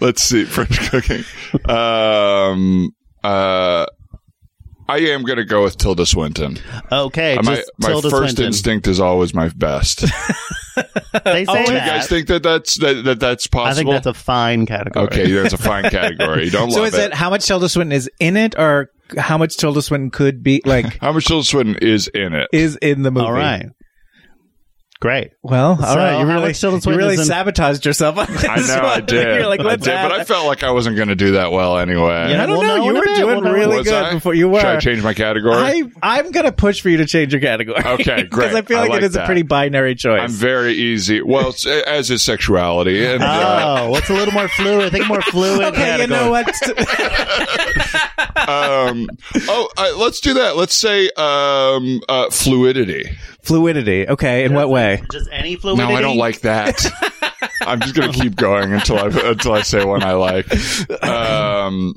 E: Let's see French cooking. Um, uh, I am going to go with Tilda Swinton.
D: Okay,
E: my
D: just
E: my
D: Tilda
E: first
D: Swinton.
E: instinct is always my best.
D: They say
E: Do you
D: that.
E: guys think that that's that, that that's
D: I think
E: possible?
D: that's a fine category.
E: okay, that's a fine category. You don't
C: So
E: love
C: is it how much Tilda Swinton is in it, or how much Tilda Swinton could be like
E: How much Tilda Swinton is in it?
C: is in the movie?
D: All right. Great.
C: Well, all
D: So,
C: right. You
D: how
C: really,
D: much Tilda
C: you
D: Swinton
C: really
D: is in-
C: sabotaged yourself. On this
E: I know I
C: one.
E: did.
C: You're like,
E: I
C: let's
E: did, but I
C: add-
E: felt like I wasn't going to do that well anyway.
C: I
D: You
C: don't
D: We'll
C: know.
D: know
C: You
D: in a
C: were
D: bit.
C: doing
D: We'll know.
C: really
E: Was
C: good
E: I?
C: before you were.
E: Should I change my category?
C: I, I'm going to push for you to change your category.
E: Okay, great.
C: Because I feel
E: I
C: like,
E: like
C: it is
E: that.
C: a pretty binary choice.
E: am very easy. Well, it's, as is sexuality. And, uh,
D: Oh, what's a little more fluid? I think more fluid.
C: okay, you
D: category.
C: know what?
E: um, oh, uh, let's do that. Let's say um, uh, fluidity.
C: Fluidity. Okay, in what way?
D: Just any
E: No,
D: fluidity.
E: I don't like that. I'm just gonna keep going until I until I say one I like. Um,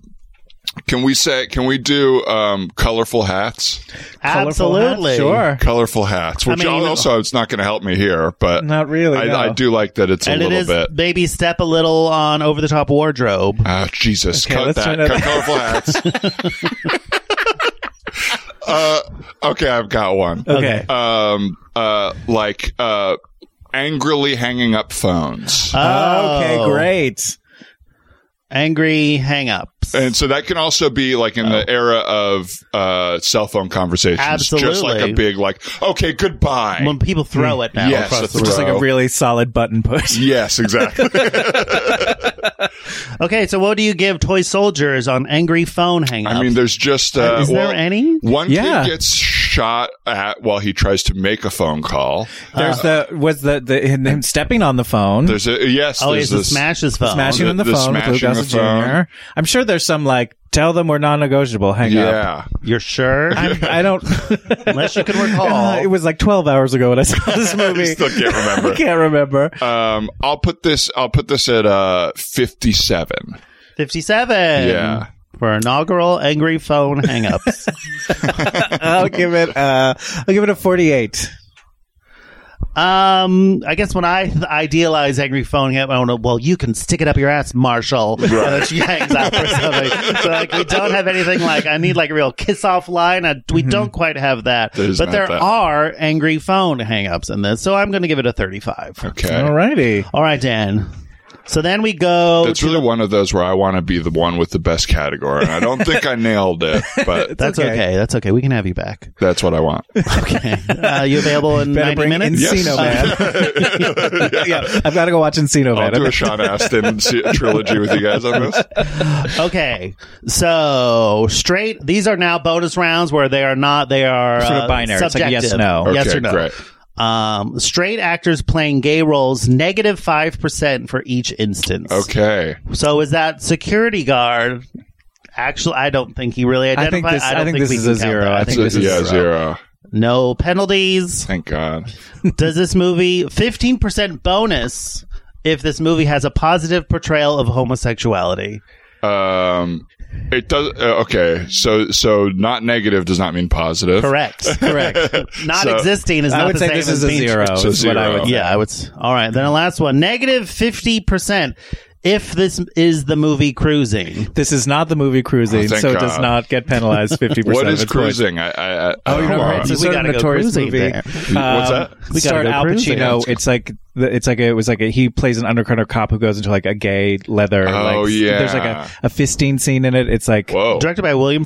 E: can we say? Can we do um, colorful hats?
C: Colorful hat?
D: Absolutely.
C: Sure.
E: Colorful hats, which
D: I mean-
E: also it's not going to help me here, but
C: Not really,
E: I,
C: no.
E: I do like that it's a
D: And it
E: little
D: is
E: bit.
D: maybe step a little on over the top wardrobe.
E: Ah, Jesus,
C: Okay,
E: cut
C: let's
E: that.
C: try
E: Cut
C: another-
E: colorful hats. uh, okay, I've got one.
C: Okay.
E: Um, uh, like uh, angrily hanging up phones. Oh,
C: Okay, great.
D: Oh, Angry hang ups.
E: And so that can also be like in the era of uh, cell phone conversations, just like
D: Absolutely.
E: a big like, okay, goodbye.
D: When people throw it now
E: Yes,
D: across the
E: that's
D: room.
C: Just like a
E: Bro.
C: really solid button push.
E: yes, exactly.
D: Okay, so what do you give toy soldiers on angry phone hang ups?
E: I mean, there's just uh,
D: Is there
E: well,
D: any?
E: One
C: Yeah.
E: kid gets shot at while he tries to make a phone call.
C: There's the was the, the him, him stepping on the phone,
E: There's a yes.
D: Oh,
E: there's
D: he's
E: this
D: smashes phone.
C: smashing
E: the-
C: on the,
E: the
C: phone with Lou
E: smashing the
C: Gossett
E: phone.
C: Jr. I'm sure there's some like tell them we're non-negotiable. Hang up.
E: Yeah,
D: You're sure?
C: I'm, I don't.
D: Unless you can recall.
C: it was like 12 hours ago when I saw this movie.
E: still can't remember.
C: I can't remember.
E: Um, I'll put this. I'll put this at uh fifty-seven.
D: 57.
E: Yeah.
D: For inaugural angry phone hangups.
C: I'll give it. Uh, I'll give it a 48.
D: um, I guess when I idealize angry phone hangup, I want to, well, you can stick it up your ass, Marshall. And then she hangs up or something. so like, we don't have anything like, I need like a real kiss off line. I, we don't quite have that.
E: Mm-hmm. There's
D: but
E: not
D: there
E: that.
D: are angry phone hangups in this. So I'm going to give it a 35.
E: Okay.
C: Alrighty.
D: All right, Dan. So then we go.
E: That's really one of those where I want to be the one with the best category. And I don't think I nailed it, but
D: That's okay.
C: okay.
D: That's okay. We can have you back.
E: that's what I want.
D: Okay. Uh, you available in
C: Better
D: 90
C: bring
D: minutes?
C: Encino Man. yeah. I've got to go watch Encino
E: I'll
C: Man.
E: do a Sean Astin se- trilogy with you guys on this.
D: Okay, so straight. These are now bonus rounds where they are not. They are
C: Sort of
D: uh,
C: binary. It's like
D: subjective.
C: yes, no.
E: Okay,
D: yes or no.
E: great.
D: Um, straight actors playing gay roles negative five percent for each instance.
E: Okay.
D: So is that security guard? Actually, I don't think he really
C: I think
D: identified.
C: this-
D: don't
C: I think this
D: we
C: is
D: can
C: a
D: count
C: zero.
D: that.
C: I think
E: So,
C: this is zero.
E: yeah, zero.
D: no penalties.
E: Thank God.
D: Does this movie fifteen percent bonus if this movie has a positive portrayal of homosexuality?
E: Um, it does. Uh, okay. So, so not negative does not mean positive.
D: Correct. Correct. Not
E: So-
D: existing is
C: I
D: not
C: would
D: the
C: say
D: same
C: this
D: as
C: is a
D: being-
C: zero.
E: It's a
C: is what I
E: zero.
C: would.
D: Yeah, I would. s- All right. Then the last one, negative fifty percent. If this is the movie Cruising,
C: This is not the movie Cruising,
E: Oh, thank
C: so it does
E: God.
C: not get penalized 50%.
E: What
C: of
E: is
C: its points.
E: cruising? I, I, I,
C: Oh, you
E: come
C: know,
E: on.
C: right. It's a
D: We
C: sort of
D: gotta go
C: notorious
D: cruising
C: movie.
D: there.
E: What's that?
D: We gotta
C: We start
D: go
C: Al
D: cruising.
C: Pacino. It's like the, it's like a, it was like a, he plays an undercover cop who goes into like a gay leather.
E: Oh,
C: like,
E: yeah.
C: There's like a, a fisting scene in it. It's like
E: Whoa.
D: directed by William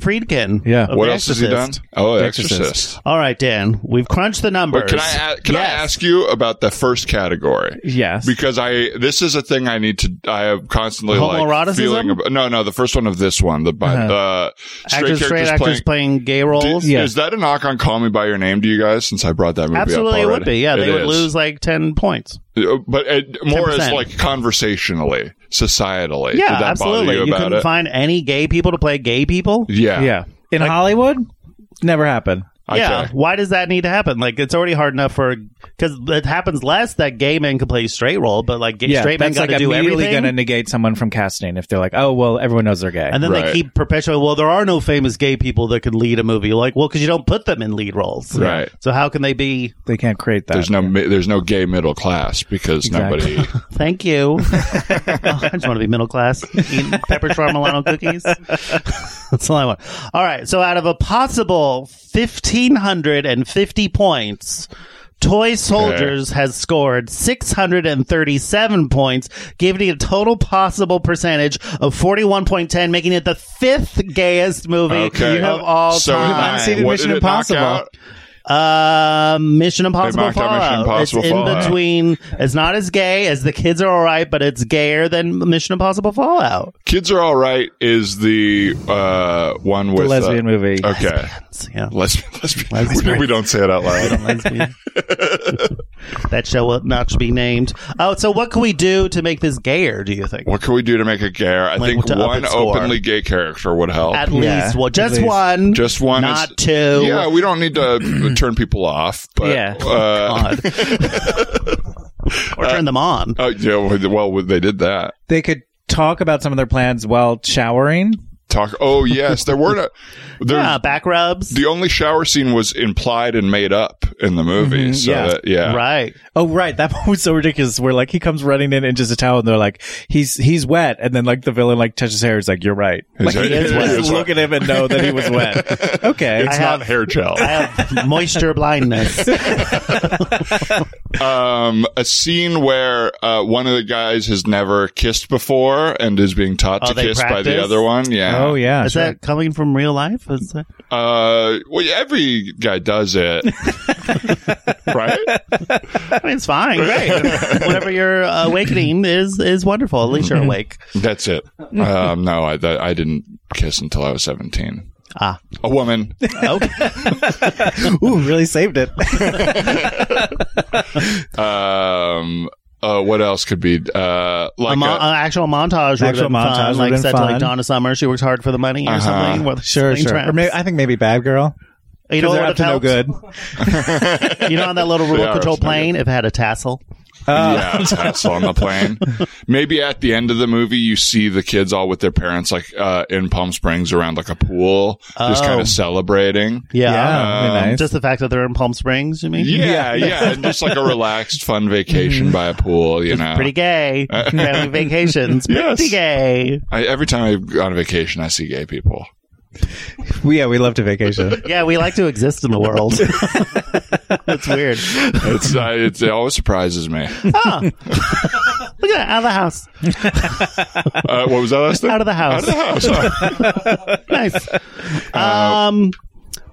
C: Oh.
D: Friedkin.
C: Yeah.
D: of
E: what
D: The
E: else has he done?
D: Exorcist.
E: Oh,
C: The
E: Exorcist.
C: Exorcist.
D: All right, Dan. We've crunched the numbers.
E: But can I a- can I ask you about the first category?
C: yes,
E: because I this is a thing I need to I have constantly
D: Homoeroticism?
E: like feeling about, no no the first one of this one the bi-
C: Uh-huh.
E: uh, straight
D: actors, straight
E: characters
D: actors
E: playing.
D: playing gay roles?
E: Do- Is that a knock on Call Me by Your Name to you guys? Since I brought that movie
D: Absolutely,
E: up
D: it
E: already,
D: would be. Yeah, they
E: It
D: would lose
E: is.
D: like ten points.
E: Uh, but it, more as
D: 10%.
E: like conversationally, societally. Did
D: Yeah,
E: that
D: absolutely.
E: Bother you
D: you
E: about
D: couldn't
E: it?
D: find any gay people to play gay people.
E: yeah,
C: yeah. In Hollywood, never happened.
E: Okay.
D: Yeah. Why does that need to happen? Like, it's already hard enough for because it happens less that gay men can play straight role, but like gay,
C: Yeah,
D: straight men
C: that's
D: got
C: like
D: to do
C: immediately
D: everything.
C: going to negate someone from casting if they're like, oh well, everyone knows they're gay.
D: and then they
E: Right.
D: keep perpetuating. Well, there are no famous gay people that can lead a movie. Like, well, because you don't put them in lead roles,
E: Right.
D: So how can they be?
C: they can't create that.
E: There's no mi- there's no gay middle class because nobody.
D: Thank you. I just want to be middle class, eating pepper shrimp Milano cookies. That's all I want. All right. So out of a possible fifteen hundred and fifty points, Toy Soldiers has scored six hundred and thirty-seven points, giving it a total possible percentage of forty-one point ten, making it the fifth gayest movie
E: Okay.
D: of all
E: so
D: time.
E: uh,
C: Unseated
E: what
C: Mission
E: did it knock
C: Impossible.
E: out?
D: Uh, Mission Impossible
E: knocked out
D: Fallout.
E: Mission Impossible
D: it's in
E: Fallout.
D: between. It's not as gay as the kids are all right, but it's gayer than Mission Impossible Fallout.
E: Kids are all right. Is the uh, one with
C: the lesbian
E: uh,
C: movie.
E: Okay.
D: So, yeah.
E: Lesbian, lesbian. We, we don't say it out loud.
D: Lesbian. that shall will not be named. Oh, so what can we do to make this gayer? Do you think?
E: What can we do to make it gay? I
D: Like,
E: think
D: to up
E: one
D: its score.
E: openly gay character would help.
D: At
C: Yeah,
D: least well,
C: at
D: just
C: least.
D: one.
E: Just one, is-
D: not two.
E: Yeah, we don't need to turn people off. But,
C: Yeah.
E: Uh,
D: God. or turn them on.
E: oh, yeah. Well, well, they did that.
C: They could talk about some of their plans while showering.
E: Talk. Oh yes, there were. No, there,
D: yeah, back rubs.
E: The only shower scene was implied and made up in the movie.
C: Mm-hmm,
E: so
C: yeah.
E: that, yeah.
D: Right.
C: Oh right, that one was so ridiculous. Where like he comes running in in just a towel, and they're like, "He's he's wet," and then like the villain like touches hair. He's like, "You're right." Like
E: right.
C: he
E: He
C: just
E: is
C: look
E: wet.
C: at him and know that he was wet. Okay,
E: It's
D: I
E: not
D: have-
E: hair gel.
D: I have moisture blindness.
E: um, a scene where uh, one of the guys has never kissed before and is being taught
D: Oh,
E: to
D: they
E: kiss by the
D: practice?
E: other one. Yeah.
C: oh yeah,
D: Is
C: sure.
D: that coming from real life? Is that-
E: Uh, well, yeah, every guy does it, right?
D: I mean, it's fine. Great. Whatever your awakening is is
C: Mm-hmm.
D: wonderful. At least you're awake.
E: That's it. Um, no, I that, I didn't kiss until I was seventeen.
D: Ah.
E: A woman.
D: Okay.
C: Ooh, really saved it.
E: um, uh, what else could be uh, like?
D: a mo-
E: a-
D: an actual montage. would have
C: Actual
D: been
C: montage
D: fun,
C: would
D: like
C: have been
D: said to
C: fun.
D: like Donna Summer. She worked hard for the money or
E: Uh-huh.
D: something. with
C: sure,
D: sling
C: sure.
D: traps.
C: Or may- I think maybe Bad Girl.
D: you know
C: Because
D: what
C: they're up to
D: would
C: no
D: have helped?
C: good.
D: You know, on that little
E: They
D: remote
E: are
D: control
E: up to no
D: plane, if it had a tassel. uh.
E: yeah, Tesla on the plane. Maybe at the end of the movie, you see the kids all with their parents, like uh, in Palm Springs around like a pool, just
D: Oh.
E: kind of celebrating.
D: Yeah. Um,
C: Yeah, that'd be nice.
D: Just the fact that they're in Palm Springs, you mean?
E: Yeah, yeah, and just like a relaxed, fun
C: Mm-hmm.
E: vacation by a pool. You know,
D: Pretty gay. Family vacations.
E: Yes.
D: Pretty gay.
E: I, every time I go on a vacation, I see gay people.
C: We, yeah, we love to vacation.
D: Yeah, we like to exist in the world. That's weird.
E: It's, uh, it's it always surprises me.
C: Ah.
D: Look at that. Out of the house.
E: Uh, what was that last thing?
D: Out of the house.
E: Out of the house.
D: nice. Um,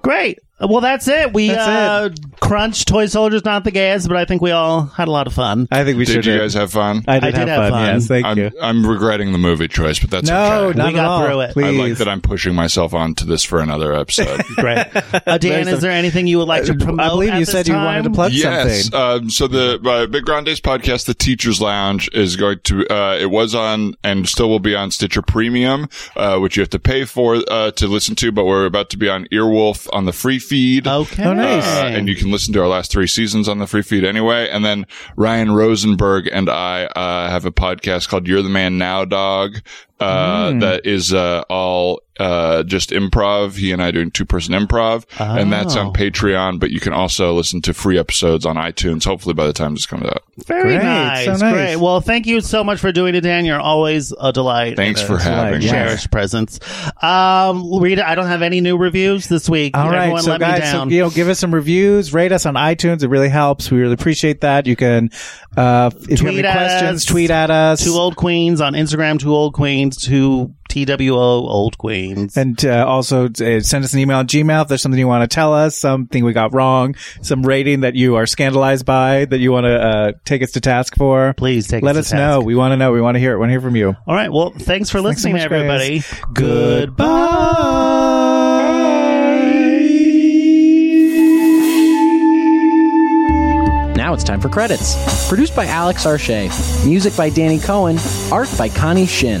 D: great. Well, that's it. We uh,
C: Uh, That's
D: crunched Toy Soldiers, not the gas, but I think we all had a lot of fun.
C: I think we should.
E: Did you guys have fun?
C: I did,
D: I
C: have, fun. Yes, thank
E: I'm,
C: you.
E: I'm regretting the movie choice, but that's
C: No,
E: okay.
C: not
D: We
C: at
D: got
C: all.
D: through it.
E: I
C: Please.
E: like that I'm pushing myself onto this for another episode.
D: Great. Uh, Dan, is there anything you would like to promote?
C: I believe
D: at
C: you
D: this
C: said you wanted to
D: time?
C: plug
E: yes.
C: something.
E: Um, so the uh, Big Grande's podcast, The Teacher's Lounge, is going to. Uh, it was on and still will be on Stitcher Premium, uh, which you have to pay for uh, to listen to. But we're about to be on Earwolf on the free feed.
D: Okay.
C: Oh, nice.
E: Uh, and you can listen to our last three seasons on the free feed anyway. And then Ryan Rosenberg and I uh, have a podcast called You're the Man Now, Dog. Uh,
C: Mm.
E: that is, uh, all, uh, just improv. He and I doing two person improv and that's
C: Oh.
E: on Patreon, but you can also listen to free episodes on iTunes. Hopefully by the time this comes out.
D: Very
C: Great.
D: nice.
C: So nice.
D: Great. Well, thank you so much for doing it, Dan. You're always a delight.
E: Thanks
D: and
E: for
D: a
E: having
C: yeah.
E: me.
D: Cherished presence. Um, Rita, I don't have any new reviews this week.
C: All right,
D: Everyone
C: so
D: let me
C: guys, so,
D: down.
C: you know, give us some reviews, rate us on iTunes. It really helps. We really appreciate that. You can, uh, if you have any
D: Tweet at
C: questions,
D: us.
C: tweet at us.
D: two oh- old queens on Instagram, two old queens, two TWO old queens.
C: And uh, also uh, send us an email on Gmail if there's something you want to tell us, something we got wrong, some rating that you are scandalized by that you want to uh, take us to task for.
D: Please take
C: let
D: us
C: us,
D: to
C: know.
D: task.
C: We want to know. We want to hear it. We want to hear from you.
D: All right. Well, thanks for
C: Thanks so
D: listening,
C: much, guys.
D: everybody.
F: Now it's time for credits. Produced by Alex Arche. Music by Danny Cohen. Art by Connie Shin.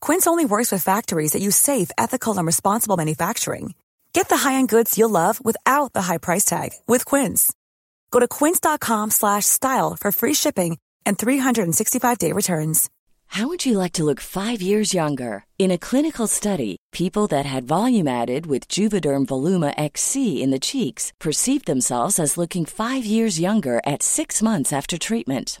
G: Quince only works with factories that use safe, ethical, and responsible manufacturing. Get the high-end goods you'll love without the high price tag with Quince. Go to quince.com/style slash style for free shipping and 365-day returns.
H: How would you like to look five years younger? In a clinical study, people that had volume added with Juvederm Voluma XC in the cheeks perceived themselves as looking five years younger at six months after treatment.